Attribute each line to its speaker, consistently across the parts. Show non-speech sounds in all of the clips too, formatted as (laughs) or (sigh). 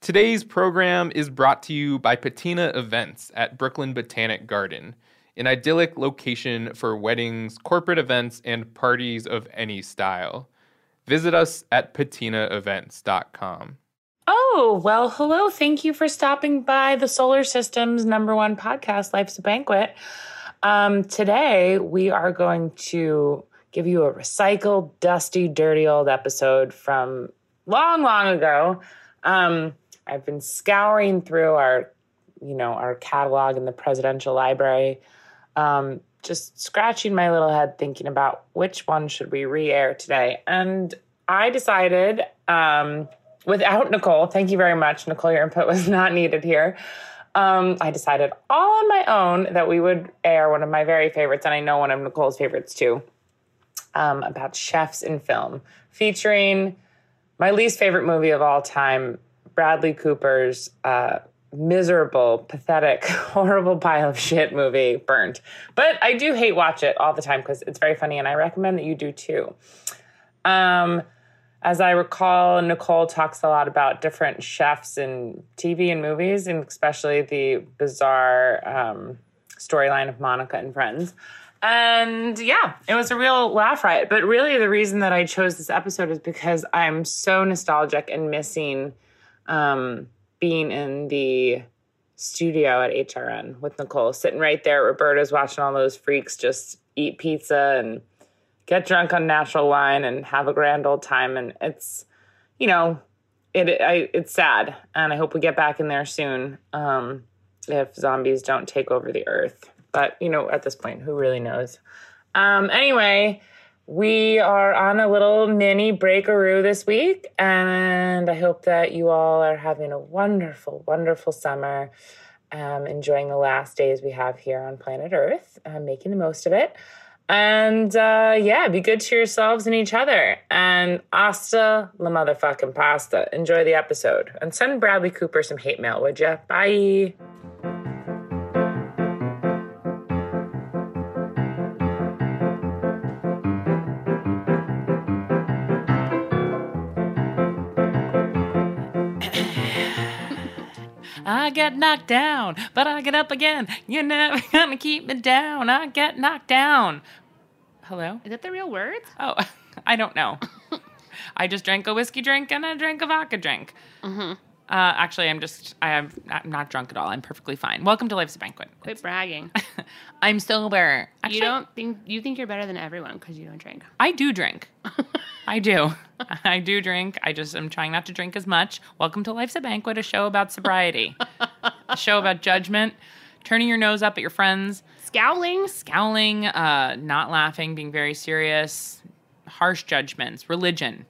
Speaker 1: Today's program is brought to you by Patina Events at Brooklyn Botanic Garden, an idyllic location for weddings, corporate events, and parties of any style. Visit us at patinaevents.com.
Speaker 2: Oh, well, hello. Thank you for stopping by the Solar System's number one podcast, Life's a Banquet. Um, today, we are going to give you a recycled, dusty, dirty old episode from long, long ago. Um, I've been scouring through our, you know, our catalog in the presidential library, um, just scratching my little head thinking about which one should we re-air today. And I decided, um, without Nicole, thank you very much, Nicole. Your input was (laughs) not needed here. Um, I decided all on my own that we would air one of my very favorites, and I know one of Nicole's favorites too, um, about chefs in film, featuring my least favorite movie of all time, Bradley Cooper's uh, miserable, pathetic, (laughs) horrible pile of shit movie, Burned. But I do hate watch it all the time because it's very funny, and I recommend that you do too. Um, as I recall, Nicole talks a lot about different chefs in TV and movies, and especially the bizarre um, storyline of Monica and Friends. And yeah, it was a real laugh riot. But really, the reason that I chose this episode is because I'm so nostalgic and missing um, being in the studio at HRN with Nicole, sitting right there. Roberta's watching all those freaks just eat pizza and get drunk on natural wine and have a grand old time. And it's, you know, it I, it's sad, and I hope we get back in there soon. Um, if zombies don't take over the earth, but you know, at this point, who really knows? Um, anyway, we are on a little mini breakaroo this week, and I hope that you all are having a wonderful, wonderful summer. Um, enjoying the last days we have here on planet Earth, uh, making the most of it. And uh, yeah, be good to yourselves and each other. And hasta la motherfucking pasta. Enjoy the episode. And send Bradley Cooper some hate mail, would you? Bye.
Speaker 3: I get knocked down, but I get up again. You're never (laughs) gonna keep me down. I get knocked down. Hello?
Speaker 4: Is that the real words?
Speaker 3: Oh, (laughs) I don't
Speaker 4: (laughs)
Speaker 3: know. I just drank a whiskey drink and I drank a vodka drink.
Speaker 4: Mm-hmm.
Speaker 3: Uh, actually, I'm just, I am, I'm not drunk at all. I'm perfectly fine. Welcome to Life's a Banquet.
Speaker 4: Quit bragging.
Speaker 3: (laughs) I'm sober. Actually,
Speaker 4: you don't think you think you're better than everyone because you don't drink.
Speaker 3: I do drink. (laughs) I do. (laughs) I do drink. I just am trying not to drink as much. Welcome to Life's a Banquet, a show about sobriety, a show about judgment, turning your nose up at your friends,
Speaker 4: Scowling.
Speaker 3: scowling, uh, not laughing, being very serious, harsh judgments, religion,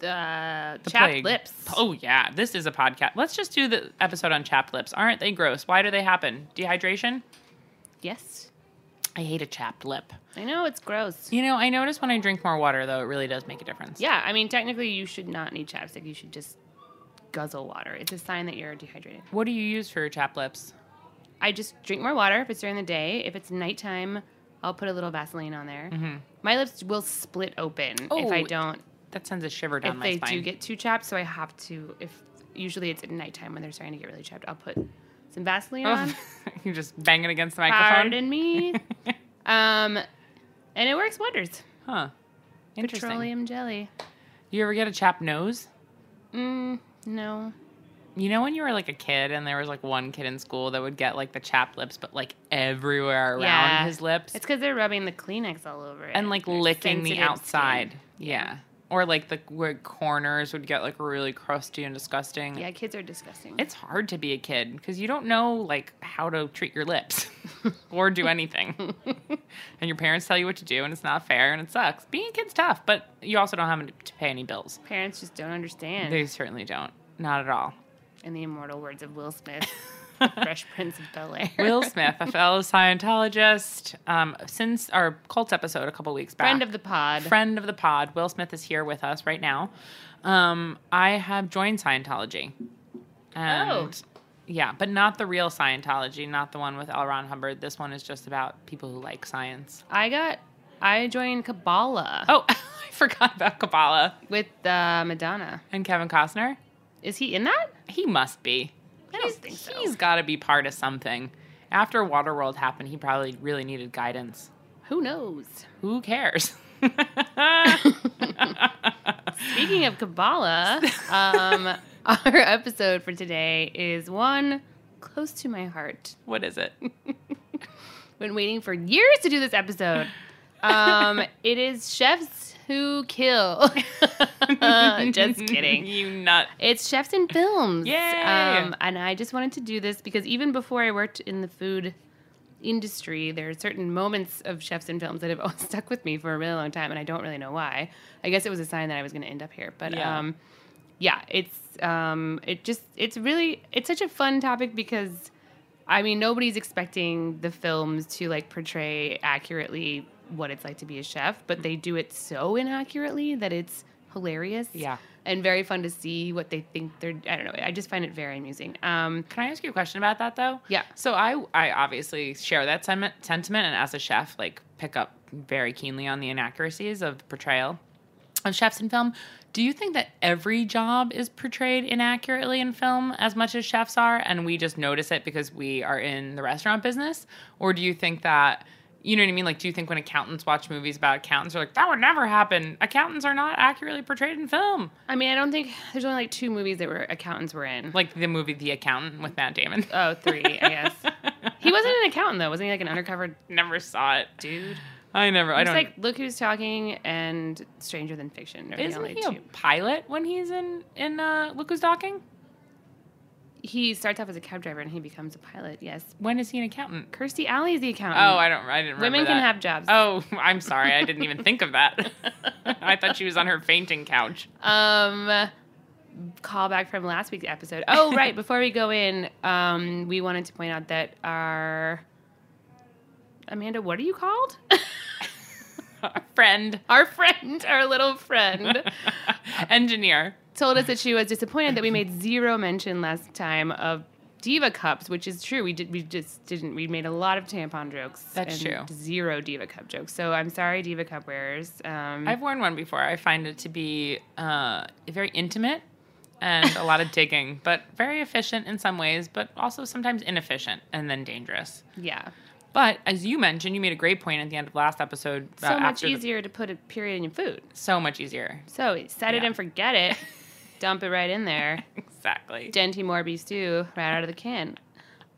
Speaker 4: Uh,
Speaker 3: the
Speaker 4: chapped
Speaker 3: plague.
Speaker 4: lips.
Speaker 3: Oh yeah, this is a podcast. Let's just do the episode on chapped lips. Aren't they gross? Why do they happen? Dehydration?
Speaker 4: Yes.
Speaker 3: I hate a chapped lip.
Speaker 4: I know it's gross.
Speaker 3: You know, I notice when I drink more water though, it really does make a difference.
Speaker 4: Yeah, I mean, technically, you should not need chapstick. You should just guzzle water. It's a sign that you're dehydrated.
Speaker 3: What do you use for your chapped lips?
Speaker 4: I just drink more water if it's during the day. If it's nighttime, I'll put a little Vaseline on there. My lips will split open if I
Speaker 3: Mm-hmm. Oh,
Speaker 4: don't.
Speaker 3: That sends a shiver down
Speaker 4: If
Speaker 3: my
Speaker 4: they
Speaker 3: spine.
Speaker 4: do
Speaker 3: (laughs)
Speaker 4: get too chapped, so I have to. If usually it's at nighttime when they're starting to get really chapped, I'll put some Vaseline
Speaker 3: Oh.
Speaker 4: on.
Speaker 3: you just bang it against the microphone.
Speaker 4: Pardon
Speaker 3: (laughs)
Speaker 4: me. um, and it works wonders.
Speaker 3: Huh. Interesting.
Speaker 4: Petroleum jelly.
Speaker 3: You ever get a chapped nose?
Speaker 4: Mm, no.
Speaker 3: You know when you were like a kid and there was like one kid in school that would get like the chapped lips, but like everywhere around
Speaker 4: Yeah.
Speaker 3: his lips
Speaker 4: It's because they're rubbing the Kleenex all over it.
Speaker 3: and like
Speaker 4: They're
Speaker 3: licking the
Speaker 4: sensitive
Speaker 3: outside.
Speaker 4: skin.
Speaker 3: Yeah. Or like the where corners would get like really crusty and disgusting.
Speaker 4: Yeah, kids are disgusting.
Speaker 3: It's hard to be a kid because you don't know like how to treat your lips (laughs) or do anything. and your parents tell you what to do and it's not fair and it sucks. Being a kid's tough, but you also don't have to pay any bills.
Speaker 4: Parents just don't understand.
Speaker 3: They certainly don't. Not at all.
Speaker 4: in the immortal words of Will
Speaker 3: (laughs)
Speaker 4: Smith, Fresh Prince of Bel Air.
Speaker 3: Will Smith, a fellow Scientologist, um, since our cult episode a couple weeks back,
Speaker 4: (laughs) friend of the pod.
Speaker 3: friend of the pod, Will Smith is here with us right now. Um, I have joined Scientology, and
Speaker 4: Oh.
Speaker 3: yeah, but not the real Scientology, not the one with L. Ron Hubbard. This one is just about people who like science.
Speaker 4: I got. I joined Kabbalah
Speaker 3: Oh, (laughs) I forgot about Kabbalah
Speaker 4: with uh, Madonna.
Speaker 3: and Kevin Costner.
Speaker 4: Is he in that?
Speaker 3: He must be.
Speaker 4: I don't think so.
Speaker 3: He's got to be part of something. After Waterworld happened, he probably really needed guidance.
Speaker 4: Who knows? (laughs)
Speaker 3: Who cares? (laughs)
Speaker 4: Speaking of Kabbalah, um, our episode for today is one close to my heart.
Speaker 3: what is it?
Speaker 4: Been waiting for years to do this episode. Um, it is chefs who kill. (laughs) Uh, Just kidding.
Speaker 3: (laughs) you nut.
Speaker 4: It's chefs in films.
Speaker 3: Yay!
Speaker 4: Um, and I just wanted to do this because even before I worked in the food industry, there are certain moments of chefs in films that have (laughs) always stuck with me for a really long time, and I don't really know why. I guess it was a sign that I was going to end up here, but
Speaker 3: Yeah.
Speaker 4: um, yeah, it's um, it just it's really it's such a fun topic because. I mean, nobody's expecting the films to like portray accurately what it's like to be a chef, but they do it so inaccurately that it's hilarious.
Speaker 3: Yeah.
Speaker 4: And very fun to see what they think they're. I don't know. I just find it very amusing. Um,
Speaker 3: Can I ask you a question about that though?
Speaker 4: Yeah.
Speaker 3: So I I obviously share that sentiment, sentiment and as a chef like pick up very keenly on the inaccuracies of portrayal of chefs in film. Do you think that every job is portrayed inaccurately in film as much as chefs are and we just notice it because we are in the restaurant business or do you think that you know what I mean? Like, do you think when accountants watch movies about accountants, they're like, that would never happen? Accountants are not accurately portrayed in film.
Speaker 4: I mean, I don't think there's only like two movies that were accountants were in.
Speaker 3: Like the movie The Accountant with Matt Damon.
Speaker 4: oh, three, I (laughs) guess. He wasn't an accountant though, wasn't he? Like an undercover
Speaker 3: never saw it.
Speaker 4: dude.
Speaker 3: (laughs) I never. I
Speaker 4: It's
Speaker 3: don't.
Speaker 4: like Look Who's Talking and Stranger Than Fiction. Are the
Speaker 3: isn't
Speaker 4: only
Speaker 3: he
Speaker 4: two.
Speaker 3: a pilot when he's in in uh, Look Who's Talking?
Speaker 4: He starts off as a cab driver and he becomes a pilot. Yes.
Speaker 3: When is he an accountant?
Speaker 4: Kirstie Alley is the
Speaker 3: Oh,
Speaker 4: accountant.
Speaker 3: I don't. I didn't. Remember
Speaker 4: Women can
Speaker 3: that.
Speaker 4: have jobs.
Speaker 3: (laughs) Oh, I'm sorry. I didn't even think of that. (laughs) I thought she was on her fainting couch.
Speaker 4: Um, call back from last week's episode.
Speaker 3: (laughs)
Speaker 4: Oh, right. Before we go in, um, we wanted to point out that our Amanda, what are you called?
Speaker 3: Our friend,
Speaker 4: (laughs) our friend, our little friend,
Speaker 3: (laughs)
Speaker 4: (laughs)
Speaker 3: engineer.
Speaker 4: told us that she was disappointed that we made zero mention last time of diva cups, which is true. We did. We just didn't. We made a lot of tampon jokes.
Speaker 3: That's
Speaker 4: and
Speaker 3: true.
Speaker 4: Zero diva cup jokes. So I'm sorry, diva cup wearers. Um,
Speaker 3: I've worn one before. I find it to be uh, very intimate and a (laughs) lot of digging, but very efficient in some ways, but also sometimes inefficient and then dangerous.
Speaker 4: yeah.
Speaker 3: But as you mentioned, you made a great point at the end of last episode.
Speaker 4: So
Speaker 3: about
Speaker 4: much
Speaker 3: after the-
Speaker 4: easier to put a period in your food.
Speaker 3: so much easier.
Speaker 4: So set it
Speaker 3: Yeah.
Speaker 4: and forget
Speaker 3: (laughs)
Speaker 4: it. Dump it right in there.
Speaker 3: Exactly.
Speaker 4: Denty more beef stew right out of the can.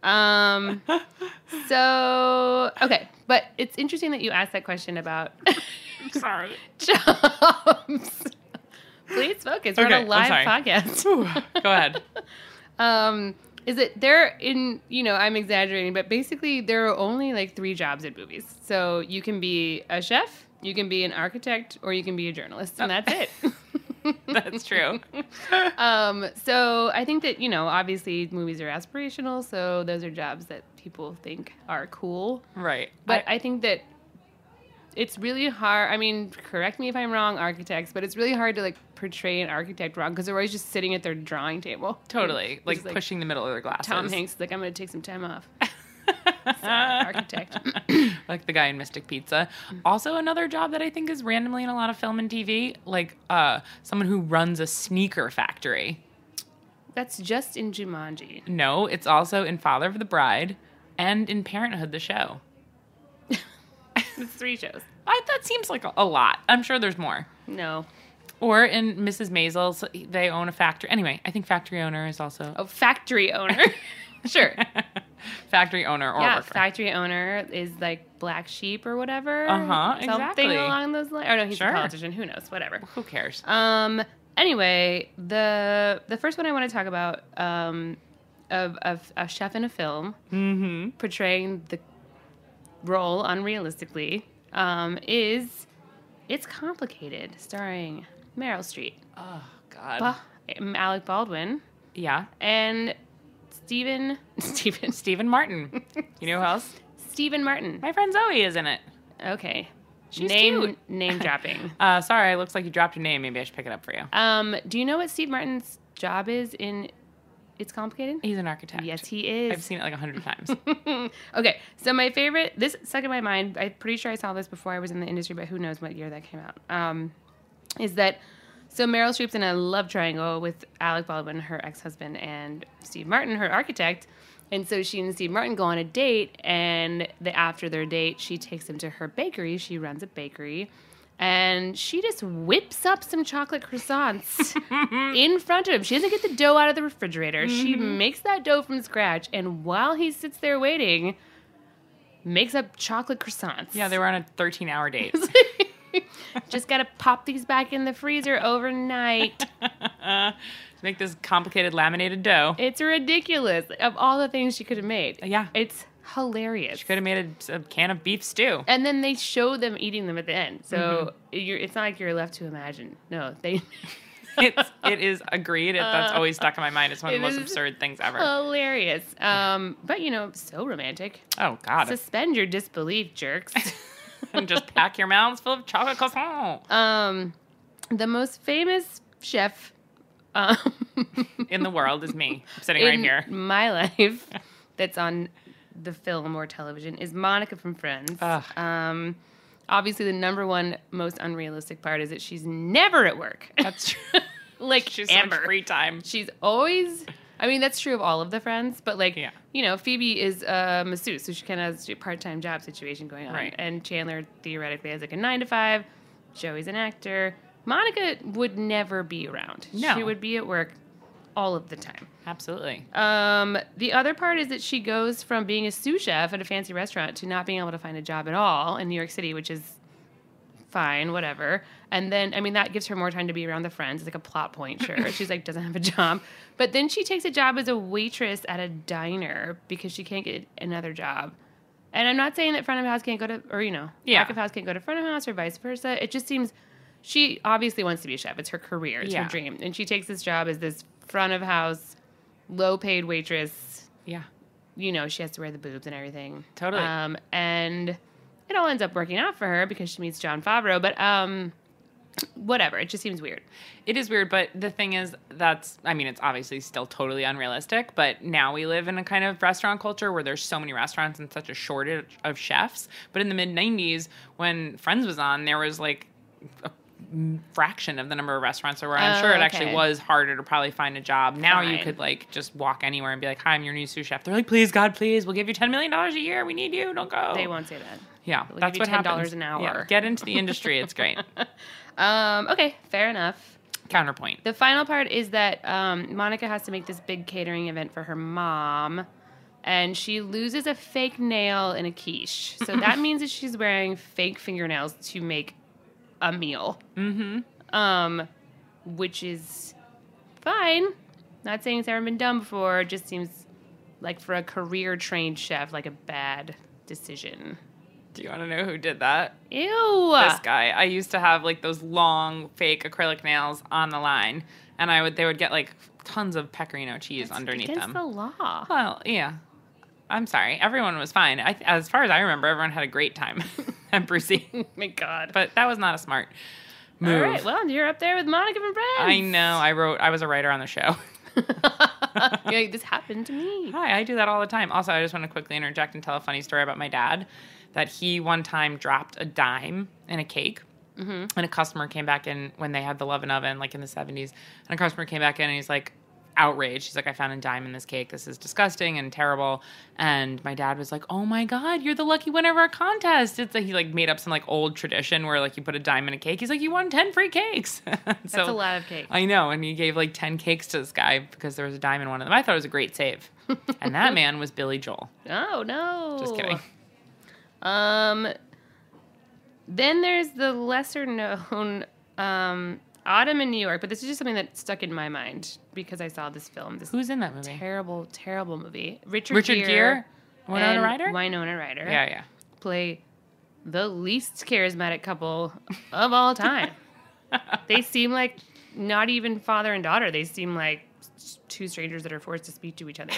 Speaker 4: Um,
Speaker 3: (laughs)
Speaker 4: so okay, but it's interesting that you asked that question
Speaker 3: (laughs)
Speaker 4: about
Speaker 3: (laughs) Sorry.
Speaker 4: jobs. (laughs) Please focus. We're on
Speaker 3: Okay,
Speaker 4: a
Speaker 3: I'm
Speaker 4: live
Speaker 3: sorry.
Speaker 4: podcast.
Speaker 3: (laughs) Go ahead.
Speaker 4: (laughs) um, is it there in you know I'm exaggerating, but basically there are only like three jobs at movies. So you can be a chef, you can be an architect, or you can be a journalist, and that's it.
Speaker 3: Oh. (laughs)
Speaker 4: (laughs)
Speaker 3: That's true.
Speaker 4: Um, so I think that you know, obviously, movies are aspirational, so those are jobs that people think are cool.
Speaker 3: Right.
Speaker 4: But I, think that it's really hard. I mean, correct me if I'm wrong, architects, but it's really hard to like portray an architect wrong because they're always just sitting at their drawing table.
Speaker 3: totally.
Speaker 4: Which
Speaker 3: Like,
Speaker 4: is, like,
Speaker 3: pushing the middle of their glasses.
Speaker 4: Tom
Speaker 3: (laughs)
Speaker 4: Hanks is like, I'm going to take some time off.
Speaker 3: (laughs)
Speaker 4: architect.
Speaker 3: like the guy in Mystic Pizza. Also another job that I think is randomly in a lot of film and TV, like uh someone who runs a sneaker factory.
Speaker 4: That's just in
Speaker 3: (laughs)
Speaker 4: Jumanji.
Speaker 3: No, it's also in Father of the Bride and in Parenthood the show.
Speaker 4: It's three shows.
Speaker 3: I that seems like a, a lot. I'm sure there's more.
Speaker 4: No.
Speaker 3: Or in Mrs. Maisel's they own a factory. Anyway, I think factory owner is also Oh.
Speaker 4: Oh, factory
Speaker 3: (laughs)
Speaker 4: owner. sure.
Speaker 3: factory owner or
Speaker 4: yeah,
Speaker 3: worker.
Speaker 4: factory owner is like black sheep or whatever.
Speaker 3: Uh-huh,
Speaker 4: something
Speaker 3: exactly.
Speaker 4: along those lines. Or no, he's
Speaker 3: Sure.
Speaker 4: a politician. Who knows? Whatever.
Speaker 3: who cares?
Speaker 4: Um. Anyway, the the first one I want to talk about um, of, of a chef in a film
Speaker 3: Mm-hmm.
Speaker 4: portraying the role unrealistically um, is it's complicated, starring Meryl Streep,
Speaker 3: Oh God.
Speaker 4: Ba- Alec Baldwin,
Speaker 3: yeah.
Speaker 4: and (laughs) Stephen Stephen
Speaker 3: Stephen Martin. You know
Speaker 4: (laughs)
Speaker 3: who else?
Speaker 4: Stephen Martin.
Speaker 3: My friend Zoe is in it.
Speaker 4: Okay.
Speaker 3: She's
Speaker 4: name
Speaker 3: cute.
Speaker 4: (laughs) name dropping.
Speaker 3: Uh, sorry, looks like you dropped your name. Maybe I should pick it up for you.
Speaker 4: Um, do you know what Steve Martin's job is in It's Complicated?
Speaker 3: He's an architect.
Speaker 4: Yes, he is.
Speaker 3: I've seen it like
Speaker 4: (laughs)
Speaker 3: a hundred times.
Speaker 4: okay, so my favorite, this stuck in my mind. I'm pretty sure I saw this before I was in the industry, but who knows what year that came out. Um, is that So Meryl Streep's in a love triangle with Alec Baldwin, her ex-husband, and Steve Martin, her architect. And so she and Steve Martin go on a date, and the, after their date, she takes him to her bakery. She runs a bakery, and she just whips up some chocolate
Speaker 3: (laughs)
Speaker 4: croissants in front of him. She doesn't get the dough out of the refrigerator. She
Speaker 3: Mm-hmm.
Speaker 4: makes that dough from scratch, and while he sits there waiting, makes up chocolate croissants.
Speaker 3: Yeah, they were on a 13
Speaker 4: (laughs)
Speaker 3: hour date.
Speaker 4: just gotta pop these back in the freezer overnight.
Speaker 3: Make this complicated laminated dough. Uh,
Speaker 4: It's ridiculous. Of all the things she could have made,
Speaker 3: Yeah.
Speaker 4: it's hilarious.
Speaker 3: Could have made a, a can of
Speaker 4: (laughs)
Speaker 3: beef stew.
Speaker 4: and then they show them eating them at the end, so you're, it's not like you're left to imagine. No, they
Speaker 3: It's, it is agreed. It, that's always stuck in my mind. It's one of the
Speaker 4: It
Speaker 3: most
Speaker 4: is-
Speaker 3: absurd things ever.
Speaker 4: (laughs) hilarious. Um, but you know, so romantic.
Speaker 3: Oh, God.
Speaker 4: Suspend your disbelief, jerks.
Speaker 3: (laughs)
Speaker 4: (laughs)
Speaker 3: and just pack your mouths full of chocolate croissant
Speaker 4: um, the most famous chef. Um, (laughs)
Speaker 3: in the world is me sitting right
Speaker 4: in
Speaker 3: here.
Speaker 4: My (laughs) life that's on the film or television is Monica from Friends.
Speaker 3: Ugh.
Speaker 4: Um, obviously, the number one most unrealistic part is that she's never at work.
Speaker 3: That's true.
Speaker 4: (laughs) like
Speaker 3: She's so much
Speaker 4: Amber,
Speaker 3: free time.
Speaker 4: she's always. I mean, that's true of all of the friends, but like,
Speaker 3: Yeah.
Speaker 4: you know, Phoebe is a masseuse, so she kind of has a part time job situation going on.
Speaker 3: Right.
Speaker 4: And Chandler theoretically has like a nine to five. Joey's an actor. Monica would never be around.
Speaker 3: No.
Speaker 4: She would be at work all of the time.
Speaker 3: Absolutely.
Speaker 4: Um, the other part is that she goes from being a sous chef at a fancy restaurant to not being able to find a job at all in New York City, which is fine, whatever. And then, I mean, that gives her more time to be around the friends. It's like a plot point, sure. She's like, doesn't have a job. But then she takes a job as a waitress at a diner because she can't get another job. And I'm not saying that front of house can't go to, or, you know,
Speaker 3: Yeah.
Speaker 4: back of house can't go to front of house or vice versa. It just seems she obviously wants to be a chef. It's her career, it's
Speaker 3: Yeah.
Speaker 4: her dream. And she takes this job as this front of house, low paid waitress.
Speaker 3: Yeah.
Speaker 4: You know, she has to wear the boobs and everything.
Speaker 3: Totally.
Speaker 4: Um, and it all ends up working out for her because she meets John Favreau, but um, whatever. It just seems weird.
Speaker 3: It is weird, but the thing is, that's, I mean, it's obviously still totally unrealistic, but now we live in a kind of restaurant culture where there's so many restaurants and such a shortage of chefs. But in the mid 90s, when Friends was on, there was like a fraction of the number of restaurants there were. I'm
Speaker 4: Oh,
Speaker 3: sure it
Speaker 4: okay.
Speaker 3: actually was harder to probably find a job. Now you
Speaker 4: Fine.
Speaker 3: could like just walk anywhere and be like, hi, I'm your new sous chef. They're like, please, God, please, we'll give you $10 million a year. We need you. Don't go.
Speaker 4: They won't say that.
Speaker 3: Yeah,
Speaker 4: They'll
Speaker 3: that's
Speaker 4: give
Speaker 3: what
Speaker 4: you $10
Speaker 3: happens.
Speaker 4: an
Speaker 3: Yeah,
Speaker 4: hour.
Speaker 3: get into the industry; it's great. (laughs)
Speaker 4: Um, okay, fair enough.
Speaker 3: Counterpoint.
Speaker 4: The final part is that um, Monica has to make this big catering event for her mom, and she loses a fake nail in a quiche.
Speaker 3: (laughs)
Speaker 4: So that means that she's wearing fake fingernails to make a meal. Mm-hmm. Um, which is fine. Not saying it's ever been done before. It just seems like for a career trained chef, like a bad decision.
Speaker 3: Do you want to know who did that?
Speaker 4: Ew.
Speaker 3: This guy. I used to have like those long fake acrylic nails on the line, and I would they would get like tons of pecorino cheese underneath
Speaker 4: against
Speaker 3: them.
Speaker 4: the law. (laughs)
Speaker 3: Well, yeah. I'm sorry. Everyone was fine. I, as far as I remember, everyone had a great time (laughs)
Speaker 4: (laughs)
Speaker 3: at Brucey.
Speaker 4: Oh my God.
Speaker 3: But that was not a smart move.
Speaker 4: All right. Well, you're up there with Monica from Friends.
Speaker 3: I know. I wrote. I was a writer on the show.
Speaker 4: (laughs) Yeah, this happened to me.
Speaker 3: Hi, I do that all the time. Also, I just want to quickly interject and tell a funny story about my dad that he one time dropped a dime in a cake. And a customer came back in when they had the Love and Oven, like in the 70s. And a customer came back in and he's like, outraged. He's like, I found a dime in this cake. This is disgusting and terrible. And my dad was like, Oh my God, you're the lucky winner of our contest. It's like he like made up some like old tradition where like you put a dime in a cake. He's like, You won 10 free cakes. (laughs) That's
Speaker 4: a lot of cake.
Speaker 3: I know, and he gave like ten cakes to this guy because there was a diamond one of them. I thought it was a great
Speaker 4: (laughs)
Speaker 3: save, and that man was Billy Joel.
Speaker 4: Oh no.
Speaker 3: Just kidding.
Speaker 4: Um then there's the lesser known um Autumn in New York, but this is just something that stuck in my mind because I saw this film. This
Speaker 3: Who's in that movie?
Speaker 4: terrible, terrible movie. Richard,
Speaker 3: Richard
Speaker 4: Gere,
Speaker 3: Gere, Winona
Speaker 4: and
Speaker 3: Ryder.
Speaker 4: Winona Ryder.
Speaker 3: yeah, yeah.
Speaker 4: Play the least charismatic couple of all time. they seem like not even father and daughter. They seem like s- two strangers that are forced to speak to each other,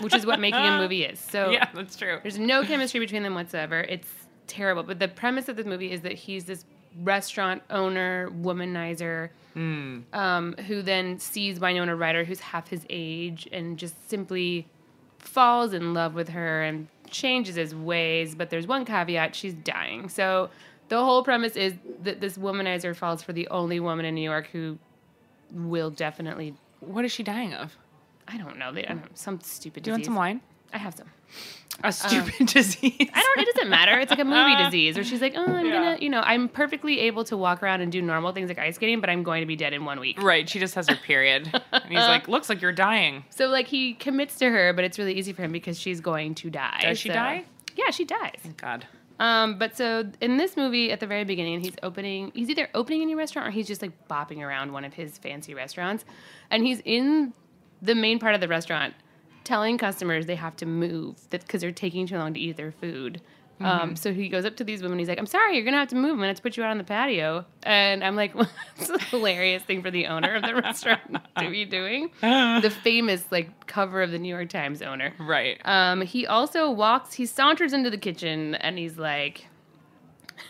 Speaker 4: which is what making a movie is. So
Speaker 3: (laughs) Yeah, that's true.
Speaker 4: there's no chemistry between them whatsoever. It's terrible. But the premise of this movie is that he's this restaurant owner, womanizer, um, who then sees Winona Ryder, who's half his age, and just simply falls in love with her and changes his ways. But there's one caveat she's dying. So the whole premise is that this womanizer falls for the only woman in New York who will definitely.
Speaker 3: What is she dying of?
Speaker 4: I don't know. They, I don't know some stupid.
Speaker 3: Do you want
Speaker 4: disease.
Speaker 3: some wine? Um,
Speaker 4: I have some.
Speaker 3: A
Speaker 4: (laughs)
Speaker 3: stupid disease.
Speaker 4: I don't. It doesn't matter. It's like a
Speaker 3: (laughs)
Speaker 4: movie disease, where she's like, "Oh, I'm
Speaker 3: Uh, Yeah.
Speaker 4: gonna, you know, I'm perfectly able to walk around and do normal things like ice skating, but I'm going to be dead in one week."
Speaker 3: Right, she just has her period. and he's like, looks like you're dying.
Speaker 4: So like he commits to her, but it's really easy for him because she's going to die.
Speaker 3: Does she
Speaker 4: so-
Speaker 3: die?
Speaker 4: Yeah, she dies.
Speaker 3: God.
Speaker 4: Um, but so in this movie, at the very beginning, he's opening. He's either opening a new restaurant or he's just like bopping around one of his fancy restaurants, and he's in the main part of the restaurant, telling customers they have to move because they're taking too long to eat their food. Um, so he goes up to these women. He's like, "I'm sorry, you're gonna have to move. I'm gonna have to put you out on the patio." And I'm like, (laughs) "It's a hilarious thing for the owner of the (laughs) restaurant to be doing." The famous like cover of the New York Times owner.
Speaker 3: Right.
Speaker 4: Um, he also walks, he saunters into the kitchen and he's like, (laughs)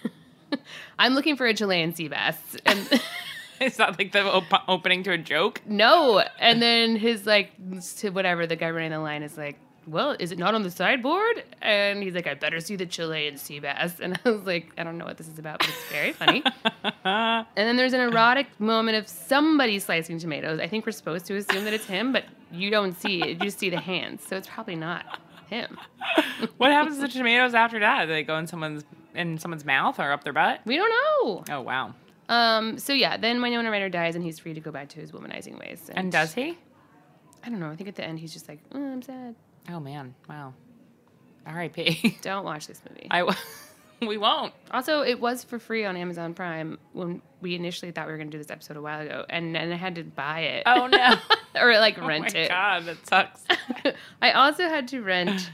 Speaker 4: I'm looking for a Chilean sea bass. And
Speaker 3: (laughs)
Speaker 4: (laughs)
Speaker 3: Is that like the op- opening to a joke?
Speaker 4: no. And then his, like, to whatever, the guy running the line is like, Well, is it not on the sideboard? And he's like, I better see the Chilean sea bass. And I was like, I don't know what this is about, but it's very funny. and then there's an erotic moment of somebody slicing tomatoes. I think we're supposed to assume that it's him, but you don't see it. You just see the hands. So it's probably not him.
Speaker 3: What happens to the tomatoes after that? Do they go in someone's in someone's mouth or up their butt?
Speaker 4: We don't know.
Speaker 3: Oh wow.
Speaker 4: Um, so yeah, then Winona Ryder dies and he's free to go back to his womanizing ways.
Speaker 3: And does he?
Speaker 4: I don't know. I think at the end he's just like, "Oh, I'm sad.
Speaker 3: Oh man. Wow. R.I.P.
Speaker 4: Don't watch this movie.
Speaker 3: (laughs) I w- (laughs) we won't.
Speaker 4: also, it was for free on Amazon Prime when we initially thought we were going to do this episode a while ago, and then I had to buy it.
Speaker 3: (laughs) Oh no.
Speaker 4: (laughs) or like
Speaker 3: oh my
Speaker 4: rent it.
Speaker 3: god, that sucks.
Speaker 4: (laughs) I also had to rent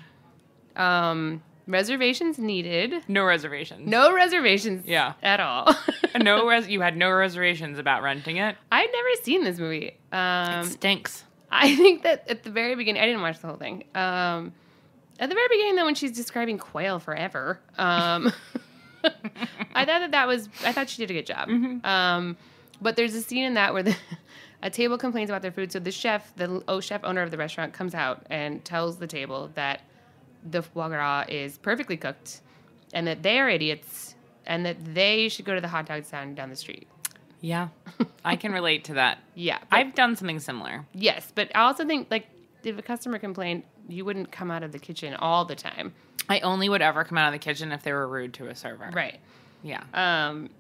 Speaker 4: um, reservations needed.
Speaker 3: (laughs) No reservations.
Speaker 4: No reservations
Speaker 3: Yeah.
Speaker 4: at all.
Speaker 3: (laughs) No res- you had no reservations about renting it.
Speaker 4: (laughs) I'd never seen this movie. Um,
Speaker 3: Stinks.
Speaker 4: I (laughs) think that at the very beginning, I didn't watch the whole thing. Um, at the very beginning, though, when she's describing quail forever, um, (laughs) I thought that that was. I thought she did a good job. Um, but there's a scene in that where the, (laughs) a table complains about their food, so the chef, the oh chef owner of the restaurant, comes out and tells the table that the foie gras is perfectly cooked, and that they are idiots, and that they should go to the hot dog stand down the street.
Speaker 3: (laughs) Yeah. I can relate to that.
Speaker 4: Yeah, but-
Speaker 3: I've done something similar.
Speaker 4: Yes, but I also think like if a customer complained, you wouldn't come out of the kitchen all the time,
Speaker 3: I only would ever come out of the kitchen if they were rude to a server.
Speaker 4: right?
Speaker 3: Yeah.
Speaker 4: Um,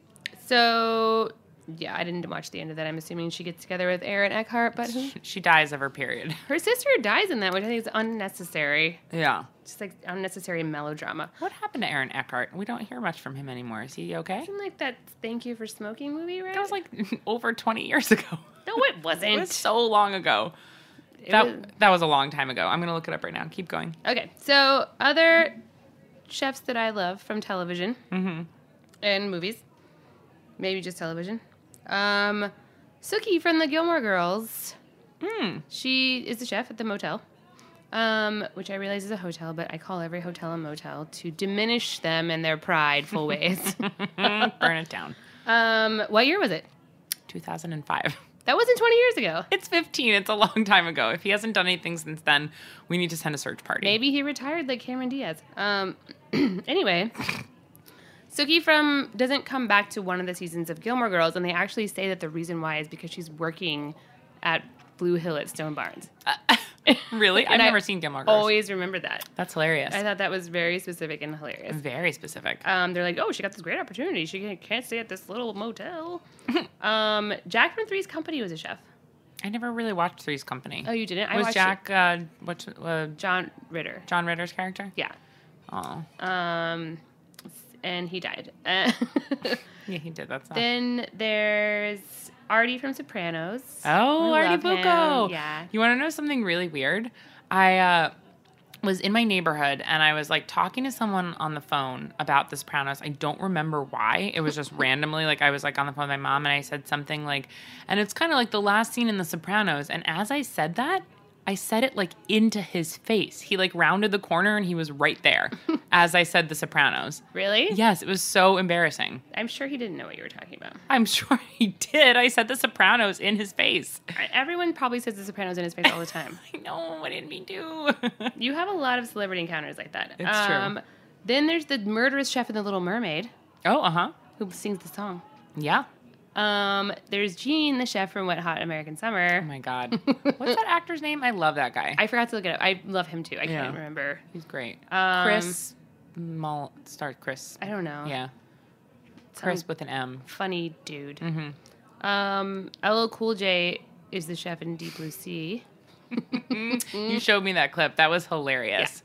Speaker 4: so yeah, I didn't watch the end of that. I'm assuming she gets together with Aaron Eckhart, but
Speaker 3: (laughs)
Speaker 4: who?
Speaker 3: She dies of her period.
Speaker 4: her sister dies in that, which I think is unnecessary.
Speaker 3: (laughs) Yeah.
Speaker 4: Just like unnecessary melodrama.
Speaker 3: What happened to Aaron Eckhart? We don't hear much from him anymore. Is he okay?
Speaker 4: Wasn't like that "Thank You for Smoking" movie, right?
Speaker 3: That was like (laughs) over 20 years ago. (laughs)
Speaker 4: no, it wasn't.
Speaker 3: It was so long ago.
Speaker 4: It
Speaker 3: That
Speaker 4: was-
Speaker 3: that was a long time ago. I'm gonna look it up right now. Keep going.
Speaker 4: Okay, so other chefs that I love from television and movies, maybe just television. Um, Sookie from the Gilmore Girls. She is the chef at the motel, um, which I realize is a hotel, but I call every hotel a motel to diminish them and their prideful ways.
Speaker 3: Mm, (laughs) Burn it down.
Speaker 4: Um, what year was it?
Speaker 3: 2005.
Speaker 4: That wasn't 20 years ago.
Speaker 3: (laughs) It's 15. It's a long time ago. If he hasn't done anything since then, we need to send a search party.
Speaker 4: Maybe he retired like Cameron Diaz. Um, (clears throat) anyway, Suki from doesn't come back to one of the seasons of Gilmore Girls, and they actually say that the reason why is because she's working at Blue Hill at Stone Barns.
Speaker 3: Really? I've
Speaker 4: And I
Speaker 3: never seen Gilmore Girls.
Speaker 4: Always remember that.
Speaker 3: That's hilarious.
Speaker 4: I thought that was very specific and hilarious.
Speaker 3: Very specific.
Speaker 4: Um, they're like, oh, she got this great opportunity. She can't- can't stay at this little
Speaker 3: (laughs)
Speaker 4: motel. um, Jack from Three's Company was a chef.
Speaker 3: I never really watched Three's Company.
Speaker 4: Oh, you didn't? I
Speaker 3: was
Speaker 4: watched it.
Speaker 3: Jack uh, what's uh,
Speaker 4: John Ritter.
Speaker 3: John Ritter's character?
Speaker 4: Yeah.
Speaker 3: Oh,
Speaker 4: Um, and he died. Uh, (laughs)
Speaker 3: yeah, he did. That's not.
Speaker 4: Then there's Artie from Sopranos.
Speaker 3: Oh,
Speaker 4: I
Speaker 3: Artie
Speaker 4: love him.
Speaker 3: Bucco.
Speaker 4: Yeah.
Speaker 3: You want to know something really weird? I uh, was in my neighborhood and I was like talking to someone on the phone about the Sopranos. I don't remember why. It
Speaker 4: (laughs)
Speaker 3: was just randomly like I was like on the phone with my mom and I said something like, and it's kind of like the last scene in the Sopranos. And as I said that, I said it like into his face. He like rounded the corner and he was right
Speaker 4: (laughs)
Speaker 3: there as I said the Sopranos.
Speaker 4: Really?
Speaker 3: Yes, it was so embarrassing.
Speaker 4: I'm sure he didn't know what you were talking about.
Speaker 3: I'm (laughs) sure he did. I said the Sopranos in his face.
Speaker 4: I- Everyone probably says The Sopranos in his face all the
Speaker 3: (laughs)
Speaker 4: time.
Speaker 3: I know. What did we do? (laughs)
Speaker 4: you have a lot of celebrity encounters like that. Um,
Speaker 3: It's true.
Speaker 4: Then there's the murderous chef in The Little Mermaid.
Speaker 3: oh, uh huh.
Speaker 4: who sings the song.
Speaker 3: Yeah.
Speaker 4: Um, there's Gene, the chef from Wet Hot American Summer.
Speaker 3: Oh my (laughs) God. What's that actor's name? I love that guy.
Speaker 4: I forgot to look it up. I love him too. I
Speaker 3: Yeah.
Speaker 4: can't remember.
Speaker 3: He's great.
Speaker 4: Um,
Speaker 3: Chris Mul- start Chris.
Speaker 4: I don't know.
Speaker 3: Yeah.
Speaker 4: Some
Speaker 3: Chris with an M.
Speaker 4: funny dude.
Speaker 3: Mm-hmm.
Speaker 4: Um, LL Cool J is the chef in Deep Blue Sea.
Speaker 3: You showed me that clip. That was hilarious.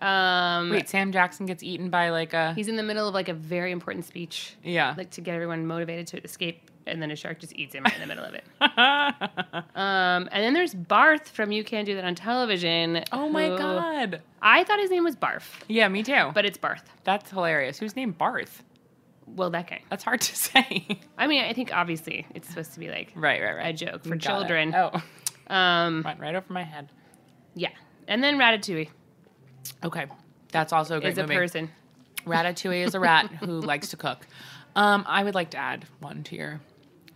Speaker 4: Um,
Speaker 3: Wait, Sam Jackson gets eaten by like a.
Speaker 4: he's in the middle of like a very important speech,
Speaker 3: yeah.
Speaker 4: like to get everyone motivated to escape, and then a shark just eats him right in the middle
Speaker 3: (laughs)
Speaker 4: of it. Um, and then there's Barth from You Can't Do That on Television.
Speaker 3: (laughs) oh my
Speaker 4: who-
Speaker 3: God.
Speaker 4: I thought his name was Barf,
Speaker 3: Yeah, me too. But
Speaker 4: but it's Barth.
Speaker 3: that's hilarious. Who's named Barth?
Speaker 4: Well, that guy.
Speaker 3: That's hard to (laughs) say.
Speaker 4: I mean, I think obviously it's supposed to be like
Speaker 3: right, right,
Speaker 4: a
Speaker 3: right.
Speaker 4: joke
Speaker 3: Got
Speaker 4: for
Speaker 3: it.
Speaker 4: children.
Speaker 3: Oh, (laughs)
Speaker 4: Um,
Speaker 3: went right over my head.
Speaker 4: yeah. And then Ratatouille
Speaker 3: Okay. That's also a great
Speaker 4: is a
Speaker 3: movie.
Speaker 4: person.
Speaker 3: Ratatouille is a rat who (laughs) likes to cook. Um, I would like to add one to your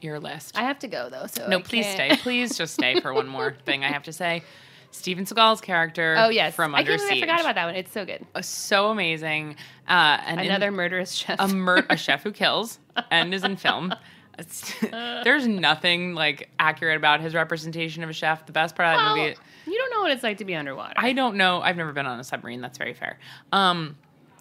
Speaker 3: your list.
Speaker 4: I have to go though, so
Speaker 3: no, please stay. Please just stay for
Speaker 4: (laughs)
Speaker 3: one more thing I have to say. Steven Seagal's character.
Speaker 4: Oh yes,
Speaker 3: from
Speaker 4: I
Speaker 3: Under
Speaker 4: can't believe I
Speaker 3: Siege.
Speaker 4: forgot about that one. It's so good.
Speaker 3: Uh, So amazing. Uh, and in-
Speaker 4: Another murderous chef.
Speaker 3: a, mur- a chef who kills and is in film. It's- (laughs) There's nothing like accurate about his representation of a chef. The best part of that
Speaker 4: Well,
Speaker 3: movie.
Speaker 4: you don't know what it's like to be underwater.
Speaker 3: I don't know. I've never been on a submarine. That's very fair. Um,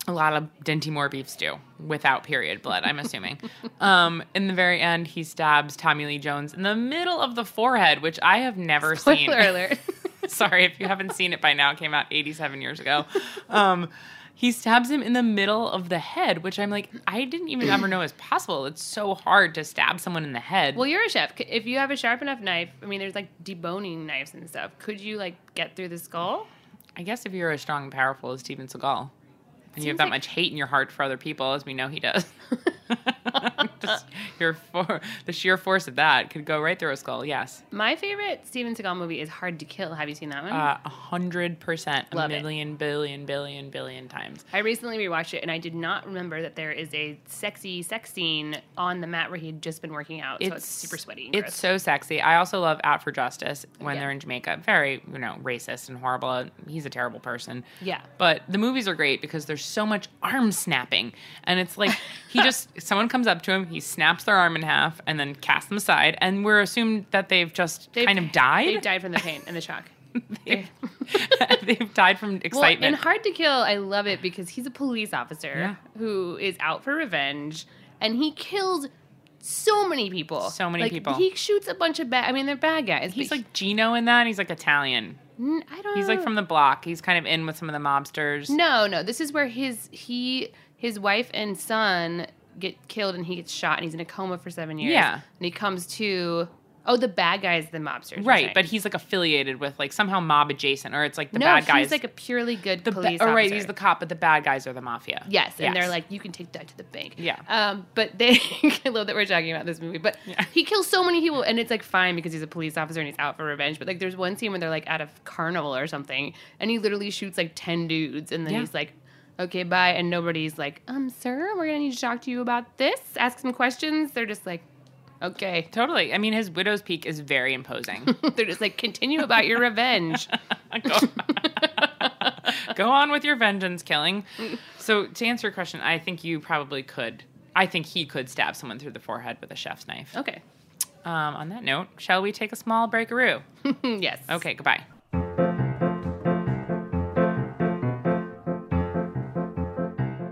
Speaker 3: a lot of Dinty Moore beefs do without period blood.
Speaker 4: (laughs)
Speaker 3: I'm assuming. um, in the very end, he stabs Tommy Lee Jones in the middle of the forehead, which I have never seen.
Speaker 4: (laughs) Spoiler alert.
Speaker 3: (laughs) Sorry if you haven't seen it by now. It came out 87 years ago. Um, he stabs him in the middle of the head, which I'm like, I didn't even ever know is possible. It's so hard to stab someone in the head.
Speaker 4: well, you're a chef. C- If you have a sharp enough knife, I mean, there's like deboning knives and stuff. Could you like get through the skull?
Speaker 3: I guess if you're as strong and powerful as Steven Seagal, and you have
Speaker 4: Seems
Speaker 3: that
Speaker 4: like-
Speaker 3: much hate in your heart for other people, as we know he does, (laughs) Just your for, the sheer force of that could go right through a skull. Yes,
Speaker 4: My favorite Steven Seagal movie is Hard to Kill. Have you seen that one?
Speaker 3: Uh, a hundred percent, a
Speaker 4: Mm-hmm. Love it.
Speaker 3: million, billion, billion, billion times.
Speaker 4: I recently rewatched it and I did not remember that there is a sexy sex scene on the mat where he had just been working out. so it's super sweaty. and
Speaker 3: It's
Speaker 4: gross.
Speaker 3: so sexy. I also love Out for Justice when
Speaker 4: Yeah.
Speaker 3: they're in Jamaica. Very, you know, racist and horrible. He's a terrible person.
Speaker 4: Yeah.
Speaker 3: But the movies are great because there's so much arm snapping. And it's like
Speaker 4: (laughs)
Speaker 3: he just someone comes up to him, he snaps their arm in half and then casts them aside. And we're assumed that they've just
Speaker 4: They've-
Speaker 3: kind of
Speaker 4: They
Speaker 3: died.
Speaker 4: died from the pain and the
Speaker 3: (laughs)
Speaker 4: shock.
Speaker 3: They've, (laughs) they've died from
Speaker 4: Well, in
Speaker 3: excitement.
Speaker 4: Hard to Kill, I love it because he's a police officer
Speaker 3: Yeah.
Speaker 4: who is out for revenge, and he killed so many people.
Speaker 3: So many
Speaker 4: Like,
Speaker 3: people.
Speaker 4: He shoots a bunch of bad. I mean, they're bad guys.
Speaker 3: he's
Speaker 4: but
Speaker 3: like Gino in that. and He's like Italian.
Speaker 4: he- n- I don't.
Speaker 3: He's like from the block. He's kind of in with some of the mobsters.
Speaker 4: No, no. This is where his he his wife and son get killed, and he gets shot, and he's in a coma for seven years.
Speaker 3: Yeah.
Speaker 4: and he comes to. Oh, the bad guys, the mobsters. you're
Speaker 3: Right,
Speaker 4: saying.
Speaker 3: but he's like affiliated with like somehow mob adjacent, or it's like the
Speaker 4: no,
Speaker 3: bad guys.
Speaker 4: he's like a purely good
Speaker 3: the ba-
Speaker 4: police.
Speaker 3: oh,
Speaker 4: officer.
Speaker 3: right, he's the cop, but the bad guys are the mafia.
Speaker 4: Yes, and
Speaker 3: Yes.
Speaker 4: they're like, you can take that to the bank.
Speaker 3: Yeah.
Speaker 4: Um, but they, (laughs) I love that we're talking about this movie. But
Speaker 3: Yeah.
Speaker 4: he kills so many people, and it's like fine because he's a police officer and he's out for revenge. But like, there's one scene when they're like at a carnival or something, and he literally shoots like ten dudes, and then
Speaker 3: Yeah.
Speaker 4: he's like, okay, bye, and nobody's like, um, sir, we're gonna need to talk to you about this, ask some questions. They're just like, okay, (laughs)
Speaker 3: totally. I mean, his widow's peak is very imposing. (laughs)
Speaker 4: they're just like, continue about your revenge.
Speaker 3: go, Go on (laughs) with your vengeance killing. So, to answer your question, I think you probably could. I think he could stab someone through the forehead with a chef's knife.
Speaker 4: Okay. (laughs) Oh.
Speaker 3: Um, on that note, shall we take a small breakaroo?
Speaker 4: yes.
Speaker 3: Okay, goodbye.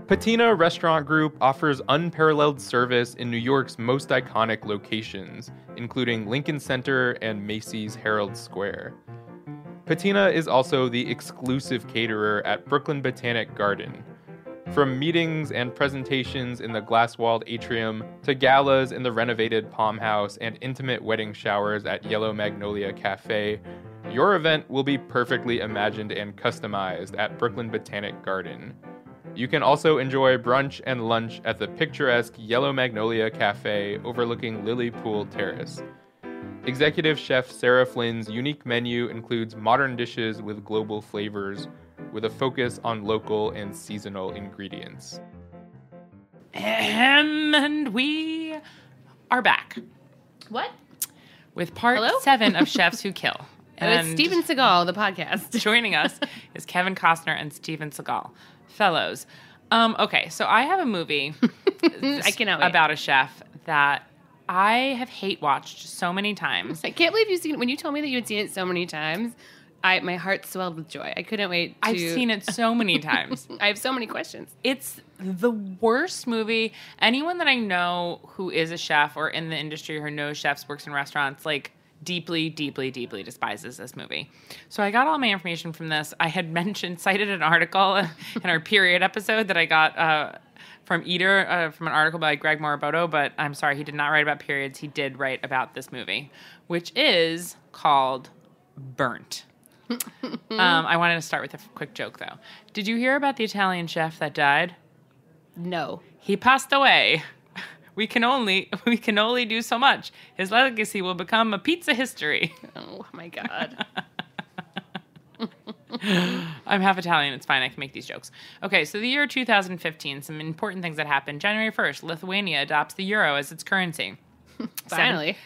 Speaker 1: Patina Restaurant Group offers unparalleled service in New York's most iconic locations, including Lincoln Center and Macy's Herald Square. Patina is also the exclusive caterer at Brooklyn Botanic Garden. From meetings and presentations in the glass walled atrium to galas in the renovated Palm House and intimate wedding showers at Yellow Magnolia Cafe, your event will be perfectly imagined and customized at Brooklyn Botanic Garden. You can also enjoy brunch and lunch at the picturesque Yellow Magnolia Cafe overlooking Lily Pool Terrace. Executive chef Sarah Flynn's unique menu includes modern dishes with global flavors, with a focus on local and seasonal ingredients.
Speaker 3: Ahem, and we are back
Speaker 4: What?
Speaker 3: with part
Speaker 4: Hello?
Speaker 3: seven
Speaker 4: (laughs)
Speaker 3: of Chefs Who Kill.
Speaker 4: And it's Steven Seagal, the podcast.
Speaker 3: (laughs) joining us is Kevin Costner and Steven Seagal, fellows. Um, okay, so I have a movie
Speaker 4: (laughs) I cannot wait.
Speaker 3: about a chef that I have hate watched so many times.
Speaker 4: I can't believe you've seen. When you told me that you had seen it so many times, I my heart swelled with joy. I couldn't wait. To,
Speaker 3: I've seen it
Speaker 4: (laughs)
Speaker 3: so many times.
Speaker 4: I have so many questions.
Speaker 3: It's the worst movie. Anyone that I know who is a chef or in the industry or knows chefs, works in restaurants, like deeply, deeply, deeply despises this movie. So I got all my information from this. I had (laughs) mentioned, cited an article in our period episode that I got. Uh, from Eater, uh, from an article by Greg Moriboto, but I'm sorry, he did not write about periods. He did write about this movie, which is called Burnt. um, I wanted to start with a f- quick joke, though. Did you hear about the Italian chef that died?
Speaker 4: No.
Speaker 3: He passed away. (laughs) We can only (laughs) we can only do so much. His legacy will become a pizza history. (laughs)
Speaker 4: Oh my god.
Speaker 3: I'm half Italian. It's fine. I can make these jokes. Okay, so the year 2015, some important things that happened. January 1st, Lithuania adopts the euro as its currency. (laughs)
Speaker 4: Finally.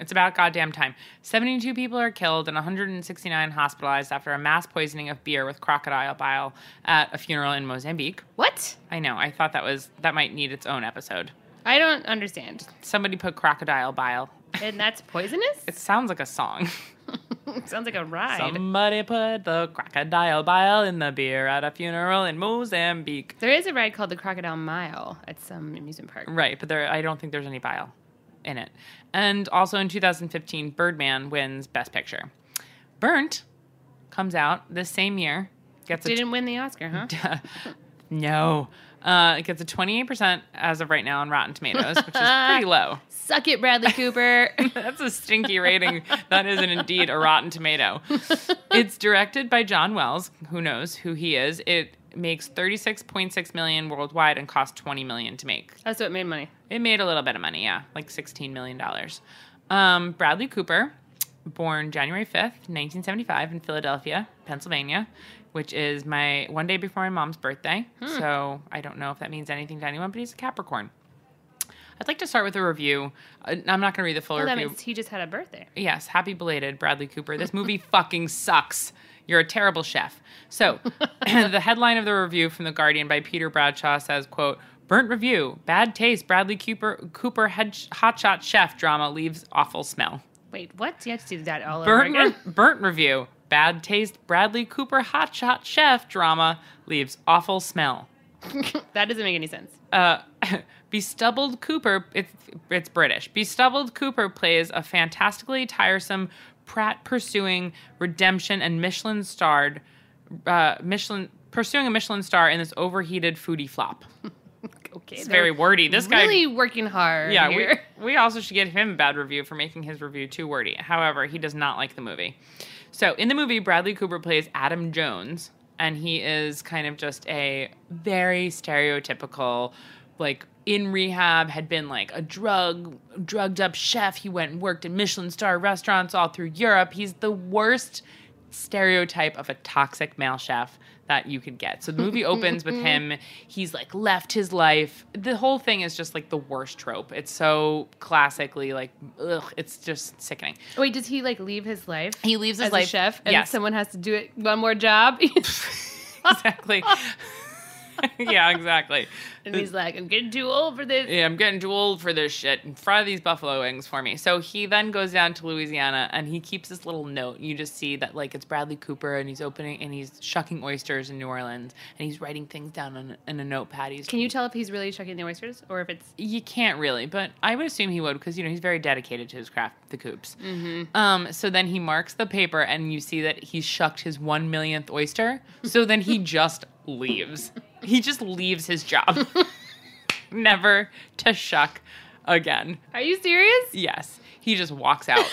Speaker 3: It's about goddamn time. 72 people are killed and 169 hospitalized after a mass poisoning of beer with crocodile bile at a funeral in Mozambique.
Speaker 4: What?
Speaker 3: I know. I thought that was that might need its own episode.
Speaker 4: I don't understand.
Speaker 3: Somebody put crocodile bile.
Speaker 4: And
Speaker 3: (laughs)
Speaker 4: that's poisonous?
Speaker 3: It sounds like a song. (laughs)
Speaker 4: it sounds like a ride.
Speaker 3: Somebody put the crocodile bile in the beer at a funeral in Mozambique.
Speaker 4: There is a ride called the Crocodile Mile at some amusement park.
Speaker 3: Right, but there I don't think there's any bile in it. And also in 2015, Birdman wins Best Picture. Burnt comes out this same year. Gets a
Speaker 4: Didn't win the Oscar, huh?
Speaker 3: no. Uh, it gets a 28% as of right now on Rotten Tomatoes, which is
Speaker 4: (laughs)
Speaker 3: pretty low.
Speaker 4: Suck it, Bradley
Speaker 3: (laughs)
Speaker 4: Cooper.
Speaker 3: That's a stinky rating. That isn't indeed a Rotten Tomato. It's directed by John Wells. Who knows who he is? It makes 36.6 million worldwide and cost 20 million to make.
Speaker 4: that's what made money.
Speaker 3: It made a little bit of money, yeah, like $16 million. Um, Bradley Cooper, born January 5th, 1975, in Philadelphia, Pennsylvania, which is my one day before my mom's birthday. So I don't know if that means anything to anyone, but he's a Capricorn. I'd like to start with a review. Uh, I'm not going to read the full
Speaker 4: Well, Oh, that
Speaker 3: review.
Speaker 4: means he just had a birthday.
Speaker 3: Yes, happy belated, Bradley Cooper. This movie fucking sucks. You're a terrible chef. So, (clears throat) the headline of the review from The Guardian by Peter Bradshaw says, quote, Burnt review, bad taste, Bradley Cooper, Cooper head, hotshot chef drama leaves awful smell.
Speaker 4: Wait, what? You have to do that all
Speaker 3: Burnt,
Speaker 4: over
Speaker 3: re-
Speaker 4: again?
Speaker 3: burnt review, bad taste, Bradley Cooper hotshot chef drama leaves awful smell.
Speaker 4: that doesn't make any sense.
Speaker 3: uh, (laughs) Bestubbled Cooper, it's, it's British. Bestubbled Cooper plays a fantastically tiresome, Pratt pursuing redemption and Michelin starred, uh, Michelin pursuing a Michelin star in this overheated foodie flop.
Speaker 4: Okay.
Speaker 3: It's
Speaker 4: they're
Speaker 3: very wordy. This guy
Speaker 4: really working hard.
Speaker 3: yeah,
Speaker 4: here.
Speaker 3: we, we also should get him a bad review for making his review too wordy. However, he does not like the movie. So, in the movie, Bradley Cooper plays Adam Jones, and he is kind of just a very stereotypical, like, in rehab, had been like a drug, drugged up chef. He went and worked in Michelin star restaurants all through Europe. He's the worst stereotype of a toxic male chef that you could get. So the movie
Speaker 4: Mm-hmm,
Speaker 3: opens with him. He's like left his life. The whole thing is just like the worst trope. It's so classically like, ugh, it's just sickening.
Speaker 4: (laughs) Wait, does he like leave his life?
Speaker 3: He leaves his
Speaker 4: as
Speaker 3: life-
Speaker 4: a chef, and
Speaker 3: yes.
Speaker 4: someone has to do it one more job. (laughs)
Speaker 3: Exactly. (laughs) yeah, exactly. (laughs)
Speaker 4: and he's like, "I'm getting too old for this."
Speaker 3: Yeah, I'm getting too old for this shit. And fry these buffalo wings for me. So he then goes down to Louisiana and he keeps this little note. You just see that like it's Bradley Cooper and he's opening and he's shucking oysters in New Orleans and he's writing things down on, in a notepad. He's
Speaker 4: Can you tell if he's really chucking the oysters or if it's
Speaker 3: you can't really, but I would assume he would because you know he's very dedicated to his craft, the coops. Um, so then he marks the paper, and you see that he shucked his one millionth oyster. So then he just leaves. He just leaves his job, (laughs) never to shuck again.
Speaker 4: Are you serious?
Speaker 3: Yes, he just walks out.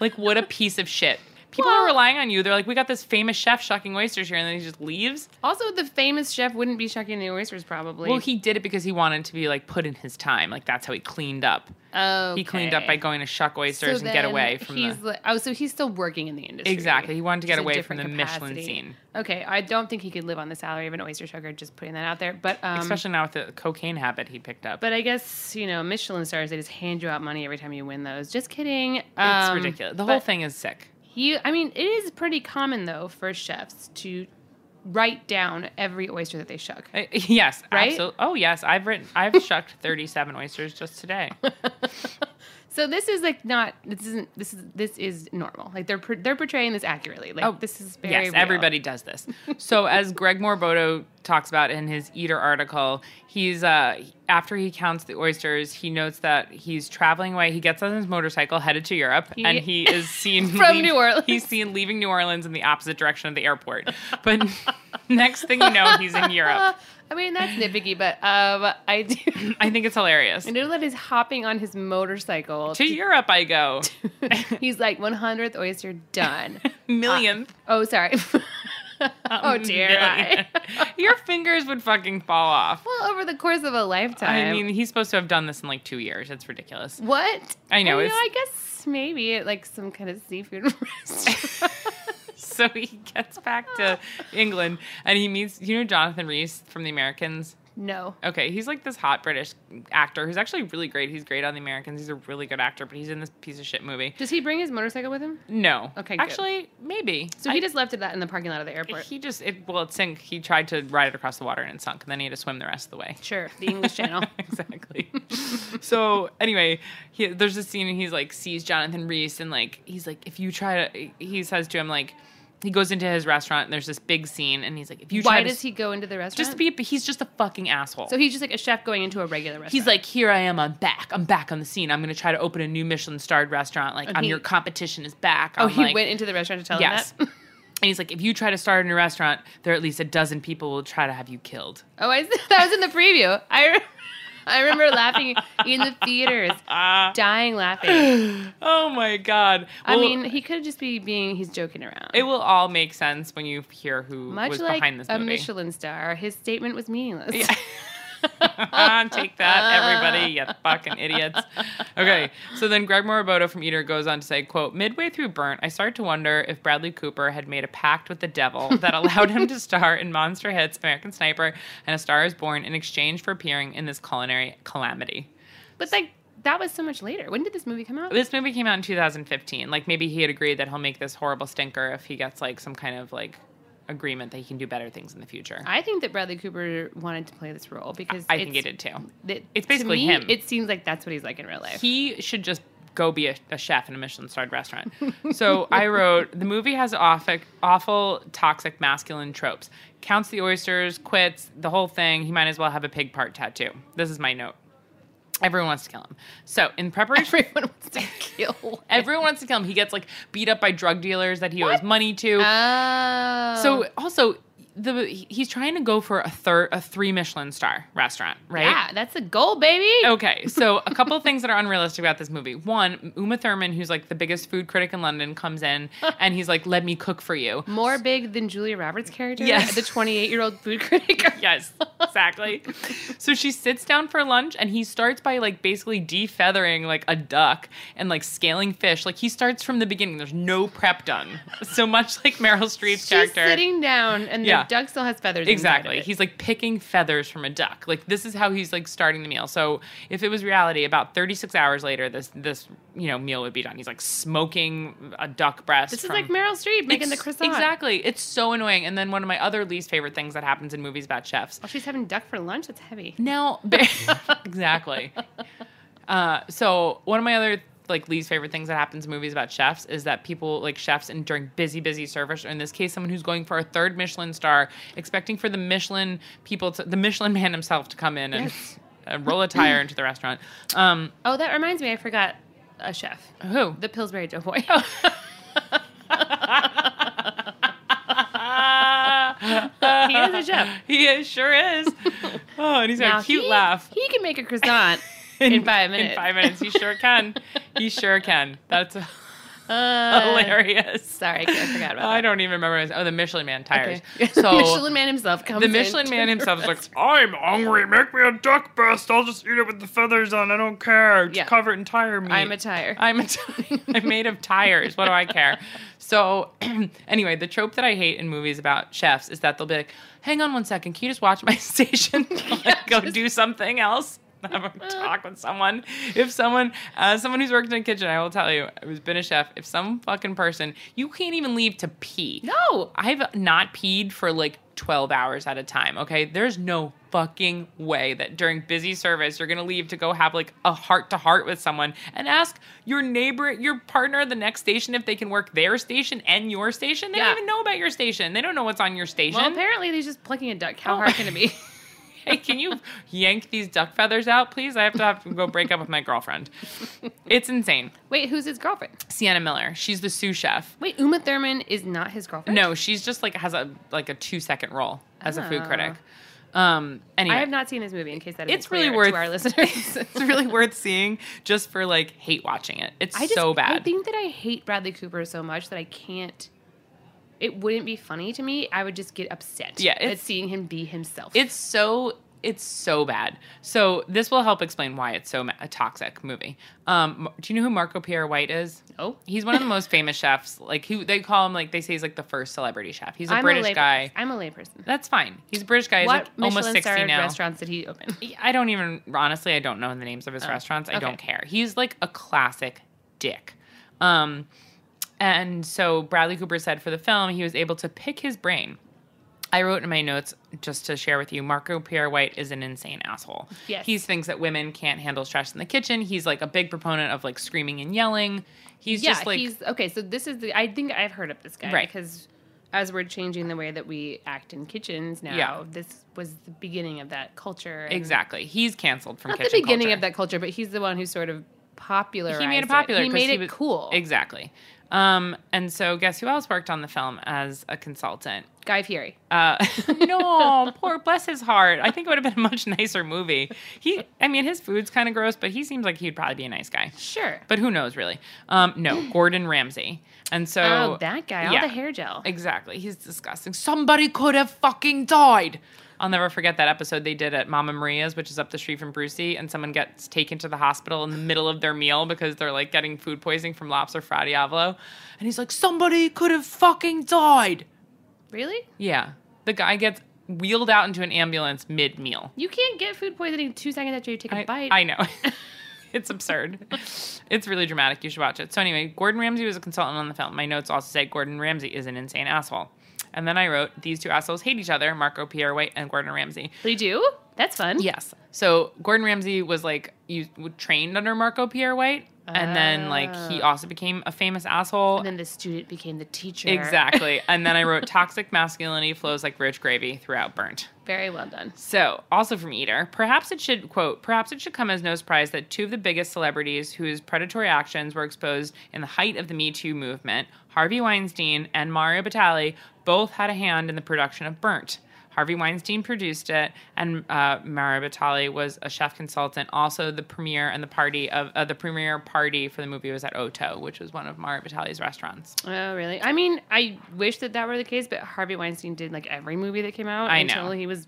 Speaker 3: like what a piece of shit. People are relying on you. They're like, we got this famous chef shucking oysters here, and then he just leaves.
Speaker 4: Also, the famous chef wouldn't be shucking the oysters probably.
Speaker 3: Well, he did it because he wanted to be like put in his time. Like that's how he cleaned up. He cleaned up by
Speaker 4: Okay.
Speaker 3: going to shuck oysters
Speaker 4: So
Speaker 3: and get
Speaker 4: then
Speaker 3: away from
Speaker 4: he's
Speaker 3: the.
Speaker 4: like, oh, so he's still working in the industry.
Speaker 3: Exactly. He wanted to get
Speaker 4: Just a
Speaker 3: away from the
Speaker 4: different
Speaker 3: Michelin
Speaker 4: capacity.
Speaker 3: scene.
Speaker 4: Okay, I don't think he could live on the salary of an oyster sugar. Just putting that out there, but um,
Speaker 3: Especially now with the cocaine habit he picked up.
Speaker 4: but I guess you know Michelin stars they just hand you out money every time you win those. Just kidding.
Speaker 3: it's
Speaker 4: Um,
Speaker 3: ridiculous. The whole
Speaker 4: but
Speaker 3: thing is sick.
Speaker 4: You, I mean, it is pretty common though for chefs to write down every oyster that they shook.
Speaker 3: Uh, (laughs) yes,
Speaker 4: Right?
Speaker 3: absolutely. Oh yes, I've written.
Speaker 4: (laughs)
Speaker 3: I've shucked thirty-seven oysters just today.
Speaker 4: So this is like not this isn't this is this is normal. Like they're per- they're portraying this accurately. Like
Speaker 3: Oh,
Speaker 4: this is very
Speaker 3: yes,
Speaker 4: real.
Speaker 3: everybody does this. So as Greg Morbodo talks about in his Eater article, he's uh, after he counts the oysters, he notes that he's traveling away. He gets on his motorcycle headed to Europe,
Speaker 4: He-
Speaker 3: and he is seen
Speaker 4: (laughs) From New Orleans.
Speaker 3: He's seen leaving New Orleans in the opposite direction of the airport. But (laughs) next thing you know, he's in Europe.
Speaker 4: I mean that's nitpicky, but um, I do (laughs)
Speaker 3: I think it's hilarious.
Speaker 4: I know that he's hopping on his motorcycle.
Speaker 3: To Europe I go.
Speaker 4: (laughs) he's like 100th oyster
Speaker 3: (laughs)
Speaker 4: done.
Speaker 3: Millionth.
Speaker 4: oh, sorry. (laughs)
Speaker 3: Um,
Speaker 4: oh dear. I-
Speaker 3: Uh,
Speaker 4: (laughs)
Speaker 3: (laughs) Your fingers would fucking fall off.
Speaker 4: well, over the course of a lifetime.
Speaker 3: I mean, he's supposed to have done this in like two years. It's ridiculous.
Speaker 4: what?
Speaker 3: I know,
Speaker 4: I,
Speaker 3: it's-
Speaker 4: I guess maybe at like some kind of seafood (laughs) restaurant.
Speaker 3: (laughs) So he gets back to England and he meets, you know, Jonathan Reese from The Americans.
Speaker 4: no.
Speaker 3: Okay, he's like this hot British actor who's actually really great. He's great on The Americans. He's a really good actor, but he's in this piece of shit movie.
Speaker 4: Does he bring his motorcycle with him?
Speaker 3: No.
Speaker 4: Okay, good.
Speaker 3: Actually, maybe.
Speaker 4: So he just left it that in the parking lot of the airport.
Speaker 3: He just, it, well, it sank. He tried to ride it across the water and it sunk, and then he had to swim the rest of the way.
Speaker 4: sure, the English (laughs) Channel.
Speaker 3: (laughs) exactly. so anyway, he, there's a scene and he's like sees Jonathan Reese and like he's like if you try to he says to him like he goes into his restaurant and there's this big scene and he's like if you try
Speaker 4: Why
Speaker 3: to
Speaker 4: does he go into the restaurant?
Speaker 3: just to be he's just a fucking asshole.
Speaker 4: So he's just like a chef going into a regular restaurant.
Speaker 3: He's like, here I am, I'm back. I'm back on the scene. I'm gonna try to open a new Michelin starred restaurant. Like,
Speaker 4: And
Speaker 3: I'm
Speaker 4: Oh, he-
Speaker 3: your competition is back.
Speaker 4: oh,
Speaker 3: I'm
Speaker 4: he
Speaker 3: like-
Speaker 4: went into the restaurant to tell
Speaker 3: Yes.
Speaker 4: him
Speaker 3: and
Speaker 4: that. (laughs)
Speaker 3: he's like, if you try to start a new restaurant, there are at least a dozen people will try to have you
Speaker 4: (gasps)
Speaker 3: killed.
Speaker 4: Oh, I (laughs) that was in the preview. I re- (laughs) I remember laughing in the
Speaker 3: (laughs)
Speaker 4: theaters, dying laughing.
Speaker 3: Ah. Oh my god.
Speaker 4: I
Speaker 3: Well,
Speaker 4: mean, he could just be being he's joking around.
Speaker 3: It will all make sense when you hear who
Speaker 4: Much
Speaker 3: was
Speaker 4: like
Speaker 3: behind this
Speaker 4: a
Speaker 3: movie.
Speaker 4: Michelin star, his statement was meaningless.
Speaker 3: (laughs) Take that,
Speaker 4: (laughs)
Speaker 3: everybody, you fucking idiots. Okay, so then Greg Morobodo from Eater goes on to say, quote, Midway through Burnt, I started to wonder if Bradley Cooper had made a pact with the devil that allowed
Speaker 4: (laughs)
Speaker 3: him to star in Monster Hits, American Sniper, and A Star is Born in exchange for appearing in this culinary calamity.
Speaker 4: But like that was so much later. When did this movie come out?
Speaker 3: This movie came out in 2015. Like, maybe he had agreed that he'll make this horrible stinker if he gets, like, some kind of, like, agreement that he can do better things in the future.
Speaker 4: I think that Bradley Cooper wanted to play this role because
Speaker 3: I think he
Speaker 4: it's-
Speaker 3: did too.
Speaker 4: that-
Speaker 3: It's
Speaker 4: to
Speaker 3: basically
Speaker 4: me,
Speaker 3: him.
Speaker 4: It seems like that's what he's like in real life.
Speaker 3: He should just go be a, a chef in a Michelin starred restaurant. (laughs) so I wrote the movie has awful, awful, toxic masculine tropes. Counts the oysters, quits the whole thing. He might as well have a pig part tattoo. This is my note. Everyone wants to kill him. So in preparation.
Speaker 4: (laughs) Everyone wants
Speaker 3: (laughs)
Speaker 4: to kill.
Speaker 3: Everyone wants to kill him. He gets like beat up by drug dealers that he owes money to.
Speaker 4: Oh.
Speaker 3: so also, the he's trying to go for a third, a three Michelin star restaurant, right? Oh,
Speaker 4: yeah, that's the goal, baby.
Speaker 3: Okay, so a couple of things that are unrealistic about this movie. One, Uma Thurman, who's like the biggest food critic in London, comes in and he's like, "Let me cook for you."
Speaker 4: More big than Julia Roberts' character.
Speaker 3: Yes.
Speaker 4: the twenty-eight-year-old food critic.
Speaker 3: (laughs) Yes, exactly. (laughs) so she sits down for lunch and he starts by like basically defeathering like a duck and like scaling fish. Like he starts from the beginning. There's no prep done. So much like Meryl Streep's
Speaker 4: She's
Speaker 3: character.
Speaker 4: sitting down, and
Speaker 3: Yeah.
Speaker 4: the duck still has feathers. inside of
Speaker 3: Exactly.
Speaker 4: it.
Speaker 3: He's like picking feathers from a duck. Like this is how he's like starting the meal. So if it was reality, about 36 hours later, this this you know meal would be done. He's like smoking a duck breast.
Speaker 4: This is
Speaker 3: from-
Speaker 4: like Meryl Streep making the
Speaker 3: Ex-
Speaker 4: croissant.
Speaker 3: Exactly. It's so annoying. And then one of my other least favorite things that happens in movies about chefs.
Speaker 4: Oh, she's having duck for lunch. That's heavy. (laughs)
Speaker 3: Now, (laughs) exactly. Uh, so one of my other like least favorite things that happens in movies about chefs is that people like chefs and during busy busy service or in this case someone who's going for a third Michelin star expecting for the Michelin people to the Michelin man himself to come in and, and roll a tire into the restaurant. Um,
Speaker 4: Oh, that reminds me. I forgot a chef.
Speaker 3: who
Speaker 4: (laughs) The Pillsbury Doughboy.
Speaker 3: Oh.
Speaker 4: (laughs) he is a chef.
Speaker 3: (laughs) he is, sure is. Oh, and he's got
Speaker 4: Now,
Speaker 3: a cute
Speaker 4: he-
Speaker 3: laugh.
Speaker 4: He can make a (laughs) croissant in, five minutes.
Speaker 3: (laughs) In five minutes, he sure can. he sure can.
Speaker 4: (laughs)
Speaker 3: That's
Speaker 4: Uh,
Speaker 3: (laughs) hilarious.
Speaker 4: Sorry, I forgot about
Speaker 3: I
Speaker 4: that.
Speaker 3: don't even remember. His, oh, the Michelin Man tires.
Speaker 4: (laughs) Okay.
Speaker 3: (laughs) So
Speaker 4: Michelin Man himself comes.
Speaker 3: the Michelin
Speaker 4: in
Speaker 3: Man
Speaker 4: to
Speaker 3: himself is like, (laughs)
Speaker 4: rest-
Speaker 5: I'm hungry. Make me a duck breast. I'll just eat it with the feathers on. I don't care. It's
Speaker 4: Yeah.
Speaker 5: covered in tire meat.
Speaker 4: "I'm a tire."
Speaker 3: (laughs) I'm a t- I'm made of tires. What do I care? (laughs) So (clears throat) anyway, the trope that I hate in movies about
Speaker 4: (laughs)
Speaker 3: chefs (laughs) is that they'll be like, "Hang on one second, can you just watch my station? Like, go do something else." (laughs) have a
Speaker 4: Uh.
Speaker 3: talk with someone. If someone, uh, someone who's worked in a kitchen, I will tell you, who's been a chef, if some fucking person, you can't even leave to pee.
Speaker 4: No.
Speaker 3: I've not peed for like 12 hours at a time, okay? There's no fucking way that during busy service you're gonna leave to go have like a heart to heart with someone and ask your neighbor, your partner at the next station if they can work their station and your station. They
Speaker 4: Yeah.
Speaker 3: don't even know about your station. They don't know what's on your station.
Speaker 4: Well, apparently he's just plucking a duck. How
Speaker 3: Oh.
Speaker 4: hard can it be? (laughs)
Speaker 3: hey, can you yank these duck feathers out, please? I have to have to go break up with my girlfriend. It's insane.
Speaker 4: Wait, who's his girlfriend?
Speaker 3: Sienna Miller, she's the sous chef.
Speaker 4: Wait, Uma Thurman is not his girlfriend.
Speaker 3: No, she's just like has a like a two second role as a food
Speaker 4: Ah.
Speaker 3: critic. Um, anyway,
Speaker 4: I have not seen his movie. In case that isn't
Speaker 3: It's really
Speaker 4: clear
Speaker 3: worth-
Speaker 4: to our
Speaker 3: (laughs)
Speaker 4: listeners. (laughs)
Speaker 3: it's really worth seeing just for like hate watching it. It's
Speaker 4: I just,
Speaker 3: so
Speaker 4: I
Speaker 3: bad.
Speaker 4: think that I hate Bradley Cooper so much that I can't. It wouldn't be funny to me. I would just get upset.
Speaker 3: Yeah,
Speaker 4: at
Speaker 3: it's-
Speaker 4: seeing him be himself.
Speaker 3: It's so it's so bad. So this will help explain why it's so ma- a toxic movie. Um, do you know who Marco Pierre White is?
Speaker 4: oh,
Speaker 3: He's one of the most famous chefs. Like who they call him, like they say he's like the first celebrity chef. He's a
Speaker 4: I'm
Speaker 3: British
Speaker 4: a lay
Speaker 3: guy.
Speaker 4: I'm a layperson.
Speaker 3: That's fine. He's a British guy. He's
Speaker 4: What
Speaker 3: like almost
Speaker 4: Michelin
Speaker 3: sixty
Speaker 4: starred
Speaker 3: now.
Speaker 4: restaurants did he open?
Speaker 3: I don't even honestly. I don't know the names of his restaurants. I
Speaker 4: Oh, okay.
Speaker 3: don't care. He's like a classic dick. Um, and so Bradley Cooper said for the film he was able to pick his brain. I wrote in my notes just to share with you Marco Pierre White is an insane asshole.
Speaker 4: Yes.
Speaker 3: He thinks that women can't handle stress in the kitchen. He's like a big proponent of like screaming and yelling. He's
Speaker 4: yeah,
Speaker 3: just like
Speaker 4: he's okay. So this is the. I think I've heard of this guy
Speaker 3: Right.
Speaker 4: because as we're changing the way that we act in kitchens now,
Speaker 3: Yeah.
Speaker 4: this was the beginning of that culture. and-
Speaker 3: exactly. He's canceled from
Speaker 4: Not the
Speaker 3: kitchen
Speaker 4: beginning
Speaker 3: culture.
Speaker 4: of that culture, but he's the one who sort of popularized.
Speaker 3: he made it
Speaker 4: it
Speaker 3: popular.
Speaker 4: He
Speaker 3: 'cause
Speaker 4: made it
Speaker 3: was-
Speaker 4: cool.
Speaker 3: Exactly. Um, and so, guess who else worked on the film as a consultant?
Speaker 4: Guy Fieri.
Speaker 3: Uh, (laughs) no, poor, bless his heart. I think it would have been a much nicer movie. He, I mean, his food's kind of gross, but he seems like he'd probably be a nice guy.
Speaker 4: Sure.
Speaker 3: But who knows, really? Um, no, Gordon Ramsay. And so
Speaker 4: oh, that guy.
Speaker 3: yeah.
Speaker 4: All the hair gel.
Speaker 3: Exactly. He's disgusting. Somebody could have fucking died. I'll never forget that episode they did at Mama Maria's, which is up the street from Brucey, and someone gets taken to the hospital in the middle of their meal because they're like getting food poisoning from lobster fra diavolo. And he's like, somebody could have fucking died.
Speaker 4: Really?
Speaker 3: Yeah. The guy gets wheeled out into an ambulance mid meal.
Speaker 4: You can't get food poisoning two seconds after you take a
Speaker 3: I,
Speaker 4: bite.
Speaker 3: I
Speaker 4: (laughs)
Speaker 3: know. (laughs) it's absurd. it's really dramatic. You should watch it. So anyway, Gordon Ramsay was a consultant on the film. My notes also say Gordon Ramsay is an insane asshole. And then I wrote, these two assholes hate each other, Marco Pierre White and Gordon Ramsay.
Speaker 4: They do? That's fun.
Speaker 3: Yes. So Gordon Ramsay was like you trained under Marco Pierre White, and then like he also became a famous
Speaker 4: Ah.
Speaker 3: asshole.
Speaker 4: And then the student became the teacher.
Speaker 3: exactly. and then
Speaker 4: (laughs)
Speaker 3: I wrote, toxic masculinity flows like rich gravy throughout Burnt.
Speaker 4: Very well done.
Speaker 3: So, also from Eater, perhaps it should quote, perhaps it should come as no surprise that two of the biggest celebrities whose predatory actions were exposed in the height of the Me Too movement, Harvey Weinstein and Mario Batali, both had a hand in the production of Burnt. Harvey Weinstein produced it, and uh, Mario Batali was a chef consultant. Also, the premiere and the party of uh, the premiere party for the movie was at Oto, which was one of Mario Batali's restaurants.
Speaker 4: Oh, really? I mean, I wish that that were the case, but Harvey Weinstein did like every movie that came out
Speaker 3: I know.
Speaker 4: until he was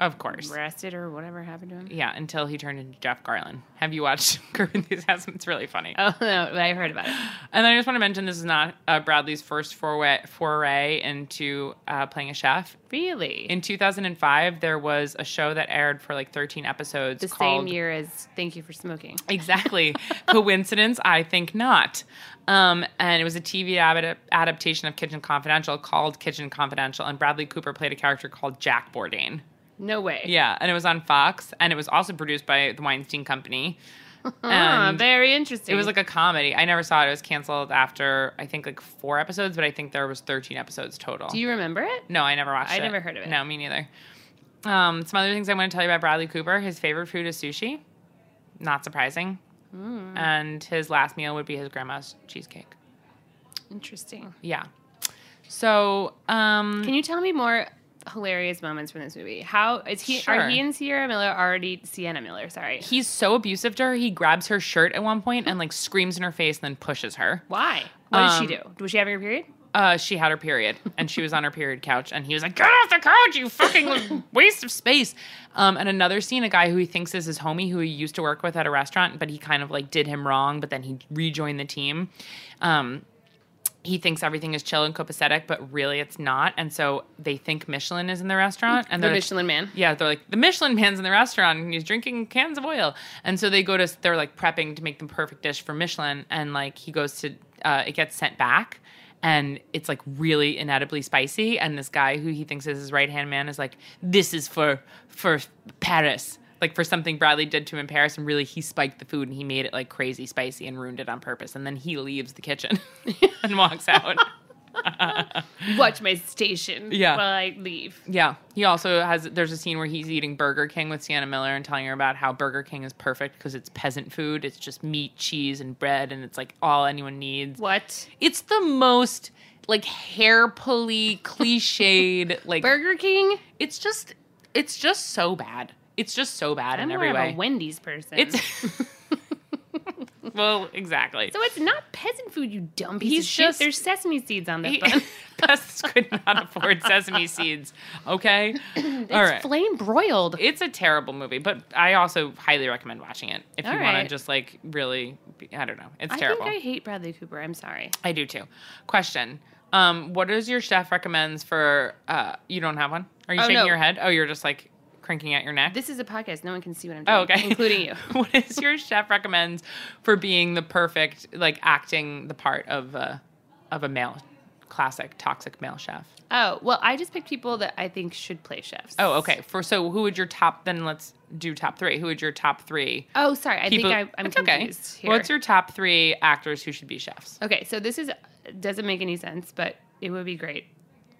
Speaker 3: Of course,
Speaker 4: arrested or whatever happened to him. (laughs)
Speaker 3: yeah. Until he turned into Jeff Garland. Have you watched (laughs) Enthusiasm? It's really funny.
Speaker 4: Oh, no, I heard about
Speaker 3: (gasps)
Speaker 4: it.
Speaker 3: And I just want to mention this is not uh, Bradley's first foray, foray into uh, playing a chef.
Speaker 4: Really?
Speaker 3: In 2005, there was a show that aired for like 13 episodes.
Speaker 4: the
Speaker 3: called-
Speaker 4: same year as Thank You for Smoking.
Speaker 3: (laughs) Exactly. Coincidence? I think not. Um, and it was a TV ad- adaptation of Kitchen Confidential called Kitchen Confidential. And Bradley Cooper played a character called Jack Bourdain.
Speaker 4: No way.
Speaker 3: Yeah. And it was on Fox. And it was also produced by the Weinstein Company.
Speaker 4: Ah,
Speaker 3: And-
Speaker 4: very interesting.
Speaker 3: It was like a comedy. I never saw it. It was canceled after I think like four episodes, but I think there was thirteen episodes total.
Speaker 4: Do you remember it?
Speaker 3: No, I never watched
Speaker 4: I
Speaker 3: it.
Speaker 4: never heard of it.
Speaker 3: No, me neither. Um, some other things I want to tell you about Bradley Cooper. His favorite food is sushi. Not surprising.
Speaker 4: Mm.
Speaker 3: And his last meal would be his grandma's cheesecake.
Speaker 4: Interesting.
Speaker 3: Yeah. So, um,
Speaker 4: Can you tell me more hilarious moments from this movie? How is he?
Speaker 3: Sure.
Speaker 4: Are he and Sierra Miller already Sienna Miller? Sorry.
Speaker 3: he's so abusive to her. He grabs her shirt at one point and like screams in her face and then pushes her.
Speaker 4: Why? What did she
Speaker 3: Um,
Speaker 4: do? Was she having her period?
Speaker 3: Uh, she had her period, and she was on her period couch, and he was like, "Get off the couch, you fucking (laughs) waste of space." Um, and another scene, a guy who he thinks is his homie, who he used to work with at a restaurant, but he kind of like did him wrong, but then he rejoined the team. Um, he thinks everything is chill and copacetic, but really it's not. And so they think Michelin is in the restaurant, and
Speaker 4: The
Speaker 3: they're-
Speaker 4: Michelin
Speaker 3: (laughs)
Speaker 4: Man.
Speaker 3: Yeah, they're like the Michelin man's in the restaurant, and he's drinking cans of oil. And so they go to they're like prepping to make the perfect dish for Michelin, and like he goes to uh, it gets sent back, and it's like really inedibly spicy. And this guy who he thinks is his right hand man is like, this is for for Paris. Like for something Bradley did to him in Paris, and really he spiked the food and he made it like crazy spicy and ruined it on purpose. And then he leaves the kitchen (laughs) and walks out.
Speaker 4: Watch my station
Speaker 3: Yeah.
Speaker 4: while I leave.
Speaker 3: Yeah. He also has there's a scene where he's eating Burger King with Sienna Miller and telling her about how Burger King is perfect because it's peasant food. It's just meat, cheese, and bread, and it's like all anyone needs.
Speaker 4: What?
Speaker 3: It's the most like
Speaker 4: (laughs)
Speaker 3: hair pulley, cliched, like
Speaker 4: Burger King?
Speaker 3: it's just it's just so bad. It's just so bad
Speaker 4: I'm more
Speaker 3: in every
Speaker 4: of
Speaker 3: way.
Speaker 4: a Wendy's person.
Speaker 3: It's (laughs) Well, exactly.
Speaker 4: so it's not peasant food, you dumb piece
Speaker 3: He's
Speaker 4: of
Speaker 3: just-
Speaker 4: shit. There's sesame seeds on this
Speaker 3: He-
Speaker 4: bun.
Speaker 3: (laughs)
Speaker 4: (laughs)
Speaker 3: pests could not afford sesame seeds. Okay? All
Speaker 4: It's
Speaker 3: right.
Speaker 4: flame broiled.
Speaker 3: It's a terrible movie, but I also highly recommend watching it if
Speaker 4: All
Speaker 3: you want to
Speaker 4: right.
Speaker 3: just like really. Be, I don't know, it's
Speaker 4: I
Speaker 3: terrible.
Speaker 4: think I
Speaker 3: I,
Speaker 4: hate Bradley Cooper. I'm sorry.
Speaker 3: do too. Question: um, What does your chef recommends for? Uh, you don't have one? Are you
Speaker 4: Oh,
Speaker 3: shaking
Speaker 4: no.
Speaker 3: your head? Oh, you're just like cranking at your neck.
Speaker 4: This is a podcast. No one can see what I'm doing,
Speaker 3: oh, okay, (laughs)
Speaker 4: including you.
Speaker 3: what is your chef recommends for being the perfect like acting the part of a of a male classic toxic male chef?
Speaker 4: Oh, well, I just picked people that I think should play chefs.
Speaker 3: Oh, okay. For so who would your top? Then let's do top three. Who would your top three?
Speaker 4: Oh, sorry. I
Speaker 3: people-
Speaker 4: think I, I'm
Speaker 3: It's
Speaker 4: confused here.
Speaker 3: What's your top three actors who should be chefs?
Speaker 4: Okay, so this is doesn't make any sense, but it would be great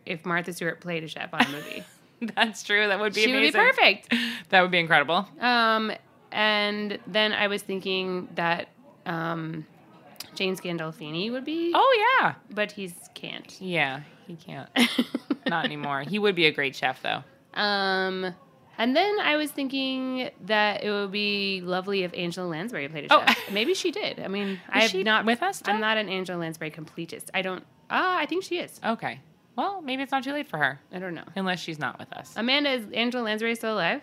Speaker 4: if Martha Stewart played a chef on a
Speaker 3: (laughs)
Speaker 4: movie.
Speaker 3: (laughs) That's true. That would be
Speaker 4: she would be
Speaker 3: amazing.
Speaker 4: perfect.
Speaker 3: That would be incredible.
Speaker 4: Um, and then I was thinking that um, James Gandolfini would be,
Speaker 3: Oh yeah,
Speaker 4: but he's
Speaker 3: (laughs)
Speaker 4: can't.
Speaker 3: yeah. He (laughs) can't. Not anymore. He would be a great chef though.
Speaker 4: Um, and then I was thinking that it would be lovely if Angela Lansbury played a
Speaker 3: Oh.
Speaker 4: chef. Maybe she did. I mean, I've
Speaker 3: she
Speaker 4: not
Speaker 3: with us still?
Speaker 4: I'm not an Angela Lansbury completist. I don't. Ah, I think she is.
Speaker 3: Okay. Well, maybe it's not too late for her,
Speaker 4: I don't know.
Speaker 3: unless she's not with us.
Speaker 4: Amanda is Angela Lansbury still alive?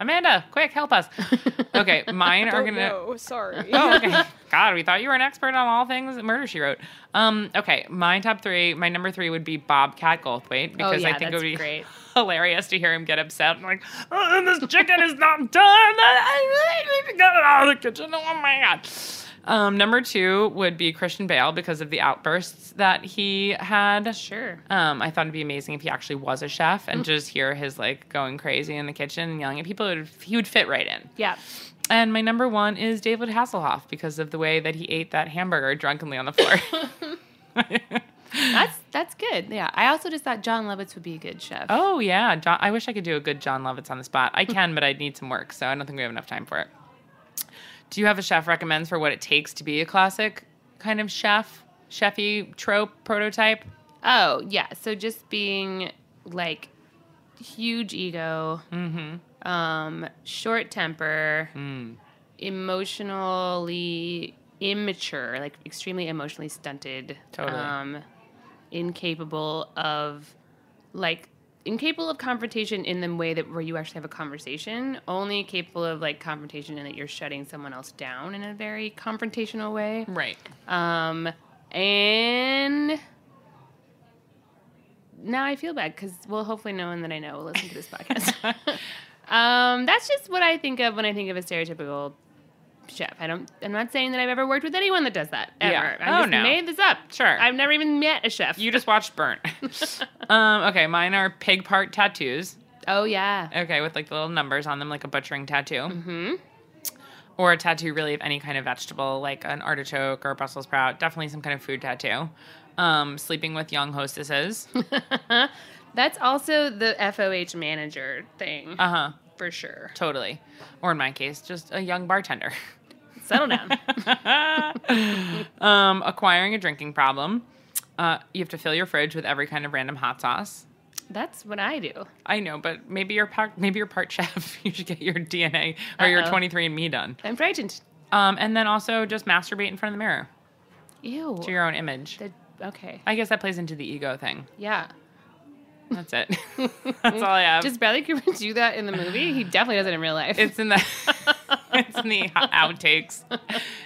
Speaker 3: Amanda, quick, help (laughs) us. (laughs) Okay, mine are
Speaker 6: Don't
Speaker 3: gonna.
Speaker 6: know.
Speaker 3: (laughs)
Speaker 6: Sorry.
Speaker 3: Oh, okay. God, we thought you were an expert on all things Murder She Wrote. Um, okay, my top three, my number three would be Bobcat Goldthwait because
Speaker 4: Oh, yeah,
Speaker 3: I think it
Speaker 4: that's
Speaker 3: would be
Speaker 4: great.
Speaker 3: (laughs) hilarious to hear him get upset and like,
Speaker 5: Oh, and this chicken is not done.
Speaker 3: got it out of the kitchen. Oh my god. Um, number two would be Christian Bale because of the outbursts that he had.
Speaker 4: Sure. Mm.
Speaker 3: Um, I thought it'd be amazing if he actually was a chef and just hear his like going crazy in the kitchen and yelling at people. It would, he would fit right in.
Speaker 4: Yeah.
Speaker 3: And my number one is David Hasselhoff because of the way that he ate that hamburger drunkenly on the floor.
Speaker 4: That's that's good. Yeah. I also just thought John Lovitz would be a good chef.
Speaker 3: (laughs) oh yeah, John, I wish I could do a good John Lovitz on the spot. I can, but I'd need some work, so I don't think we have enough time for it. Do you have a chef recommends for what it takes to be a classic kind of chef, chefy trope prototype?
Speaker 4: Oh, yeah. So just being like huge ego, um, short temper, emotionally immature, like extremely emotionally stunted.
Speaker 3: Totally.
Speaker 4: Um, incapable of like incapable of confrontation in the way that where you actually have a conversation only capable of like confrontation in that you're shutting someone else down in a very confrontational way
Speaker 3: Right.
Speaker 4: um, and now I feel bad because, well, hopefully no one that I know will listen to this podcast.
Speaker 3: (laughs)
Speaker 4: um, that's just what I think of when I think of a stereotypical chef. I don't. I'm not saying that I've ever worked with anyone that does that ever.
Speaker 3: Yeah.
Speaker 4: I
Speaker 3: Oh,
Speaker 4: just
Speaker 3: no.
Speaker 4: made this up.
Speaker 3: Sure.
Speaker 4: I've never even met a chef.
Speaker 3: You just watched Burn. (laughs) um, okay, mine are pig part tattoos.
Speaker 4: oh yeah.
Speaker 3: Okay, with like the little numbers on them, like a butchering tattoo.
Speaker 4: Hmm.
Speaker 3: or a tattoo really of any kind of vegetable like an artichoke or a brussels sprout definitely some kind of food tattoo um, sleeping with young hostesses
Speaker 4: That's also the FOH manager thing
Speaker 3: uh-huh
Speaker 4: for sure.
Speaker 3: totally or in my case just a young bartender (laughs)
Speaker 4: Settle down.
Speaker 3: um, acquiring a drinking problem uh, you have to fill your fridge with every kind of random hot sauce
Speaker 4: (laughs) That's what I do.
Speaker 3: I know, but maybe you're part, maybe you're part (laughs) chef. You should get your DNA or your
Speaker 4: Uh-oh.
Speaker 3: 23andMe done.
Speaker 4: I'm frightened.
Speaker 3: Um, and then also just masturbate in front of the mirror
Speaker 4: Ew.
Speaker 3: to your own image.
Speaker 4: The- okay.
Speaker 3: I guess that plays into the ego thing.
Speaker 4: Yeah.
Speaker 3: That's it. (laughs) That's all I have.
Speaker 4: Does Bradley Cooper do that in the movie? He definitely does it in real life.
Speaker 3: it's in the (laughs) it's in the outtakes.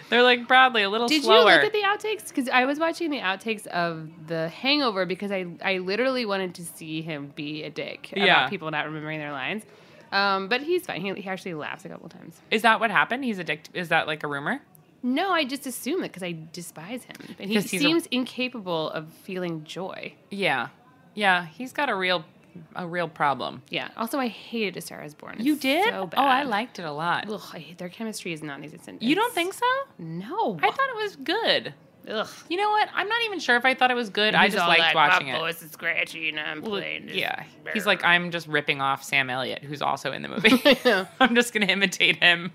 Speaker 3: They're like Bradley, a little
Speaker 4: Did
Speaker 3: slower.
Speaker 4: you look at the outtakes? Because I was watching the outtakes of The Hangover because I, I literally wanted to see him be a dick
Speaker 3: Yeah.
Speaker 4: about people not remembering their lines. Um, but he's fine. He, he actually laughs a couple times.
Speaker 3: Is that what happened? He's addicted. Is that like a rumor?
Speaker 4: No, I just assume it because I despise him. And he
Speaker 3: 'Cause he's a-
Speaker 4: seems incapable of feeling joy.
Speaker 3: Yeah, yeah. He's got a real, a real problem.
Speaker 4: Yeah. Also, I hated A Star Is Born. It's So
Speaker 3: Oh,
Speaker 4: bad.
Speaker 3: I liked it a lot.
Speaker 4: Ugh, I hate- their chemistry is non-existent.
Speaker 3: you don't
Speaker 4: It's-
Speaker 3: think so?
Speaker 4: No.
Speaker 3: I thought it was good.
Speaker 4: Ugh.
Speaker 3: You know what? I'm not even sure if I thought it was good. I
Speaker 4: He's
Speaker 3: just
Speaker 4: all like,
Speaker 3: liked watching
Speaker 4: "My
Speaker 3: it.
Speaker 4: voice is scratchy and I'm
Speaker 3: Well,
Speaker 4: playing this-
Speaker 3: yeah, he's like I'm just ripping off Sam Elliott, who's
Speaker 4: (laughs)
Speaker 3: also in the movie. (laughs) I'm just gonna imitate him.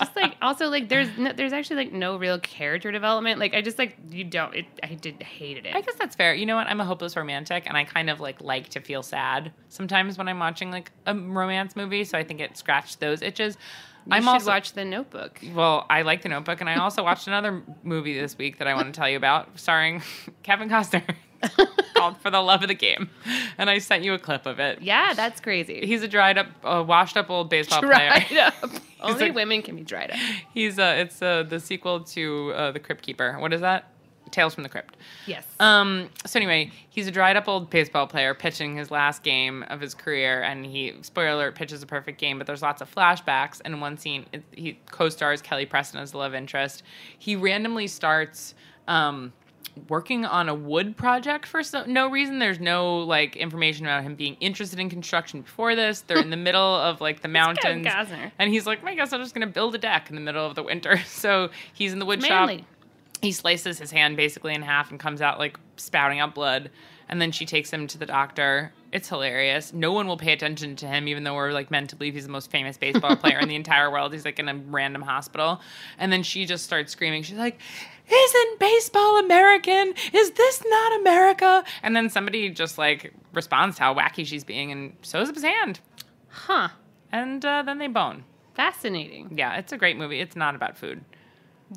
Speaker 4: just like also like there's no, there's actually like no real character development. Like I just like you don't. It, I did hated it.
Speaker 3: I guess that's fair. You know what? I'm a hopeless romantic, and I kind of like like to feel sad sometimes when I'm watching like a romance movie. So I think it scratched those itches.
Speaker 4: You
Speaker 3: I'm
Speaker 4: should
Speaker 3: also
Speaker 4: watch The Notebook.
Speaker 3: well. I like The Notebook, and I also watched another movie this week that I want to tell you about, starring (laughs) Kevin Costner, (laughs) called For the Love of the Game, and I sent you a clip of it.
Speaker 4: (laughs) Yeah, that's crazy.
Speaker 3: He's a dried up, uh, washed up old
Speaker 4: (laughs)
Speaker 3: baseball player.
Speaker 4: dried
Speaker 3: (laughs)
Speaker 4: up. Only
Speaker 3: like-
Speaker 4: women can be
Speaker 3: (gasps)
Speaker 4: dried up.
Speaker 3: He's uh, it's uh, the sequel to uh, the Crypt Keeper. What is that? Tales from the Crypt.
Speaker 4: Yes.
Speaker 3: Um. So anyway, he's a dried up old baseball player pitching his last game of his career, and he spoiler alert pitches a perfect game, but there's lots of flashbacks. And one scene, it, he co-stars Kelly Preston as the love interest. He randomly starts. Um, working on a wood project for so, no reason there's no like information about him being interested in construction before this they're in the middle of like the mountains
Speaker 4: Costner.
Speaker 3: and he's like i guess i'm just going to build a deck in the middle of the winter (laughs) so he's in the wood shop
Speaker 4: Manly.
Speaker 3: he slices his hand basically in half and comes out like spouting out blood and then she takes him to the doctor it's hilarious no one will pay attention to him even though we're like meant to believe he's the most famous baseball player in the entire world he's like in a random hospital and then she just starts screaming she's like isn't baseball american is this not america and then somebody just like responds to how wacky she's being and sews up his hand
Speaker 4: Huh.
Speaker 3: and uh, then they bone
Speaker 4: Fascinating.
Speaker 3: yeah it's a great movie it's not about food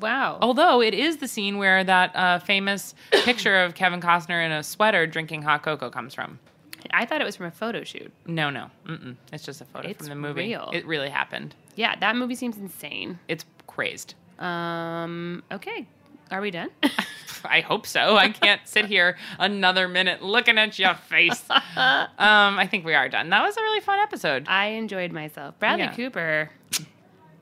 Speaker 4: Wow.
Speaker 3: Although it is the scene where that uh, famous (coughs) picture of Kevin Costner in a sweater drinking hot cocoa comes from.
Speaker 4: I thought it was from a photo shoot.
Speaker 3: No, no, mm-mm. it's just a photo
Speaker 4: It's
Speaker 3: from the movie.
Speaker 4: real.
Speaker 3: It really happened.
Speaker 4: Yeah, that movie seems insane.
Speaker 3: It's crazed.
Speaker 4: Um. Okay. Are we
Speaker 3: (laughs)
Speaker 4: done?
Speaker 3: I hope so. I can't
Speaker 4: (laughs)
Speaker 3: sit here another minute looking at your face. Um,
Speaker 4: Uh,
Speaker 3: I think we are done. That was a really fun episode.
Speaker 4: I enjoyed myself. Bradley
Speaker 3: Yeah.
Speaker 4: Cooper.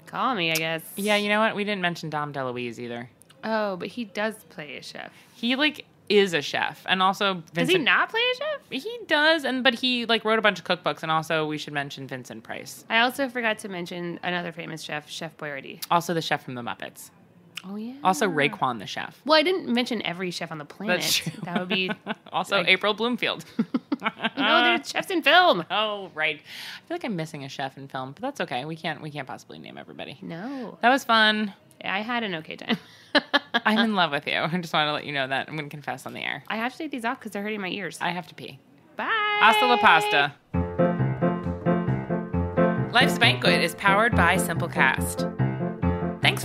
Speaker 4: Call me, I guess.
Speaker 3: Yeah, you know what? We didn't mention Dom DeLuise either.
Speaker 4: Oh, but he does play a chef.
Speaker 3: He like is a chef, and also Vincent.
Speaker 4: Does he not play a chef?
Speaker 3: He does, and but he like wrote a bunch of cookbooks, and also we should mention Vincent Price,
Speaker 4: I also forgot to mention another famous chef, Chef Boyardee.
Speaker 3: also the chef from the Muppets.
Speaker 4: Oh yeah.
Speaker 3: Also, Raekwon the chef. (laughs)
Speaker 4: Well, I didn't mention every chef on the planet.
Speaker 3: That's true.
Speaker 4: That would be
Speaker 3: (laughs) also
Speaker 4: like-
Speaker 3: April Bloomfield. (laughs)
Speaker 4: no. There's chefs in film.
Speaker 3: oh right. I feel like I'm missing a chef in film, but that's okay. We can't we can't possibly name everybody.
Speaker 4: No,
Speaker 3: That was fun.
Speaker 4: I had an okay time. (laughs)
Speaker 3: I'm in love with you. (laughs) I just want to let you know that. I'm going to confess on the air.
Speaker 4: I have to take these off because they're hurting my ears.
Speaker 3: I have to pee.
Speaker 4: Bye.
Speaker 3: Hasta la pasta. Life's Banquet is powered by Simplecast. Thanks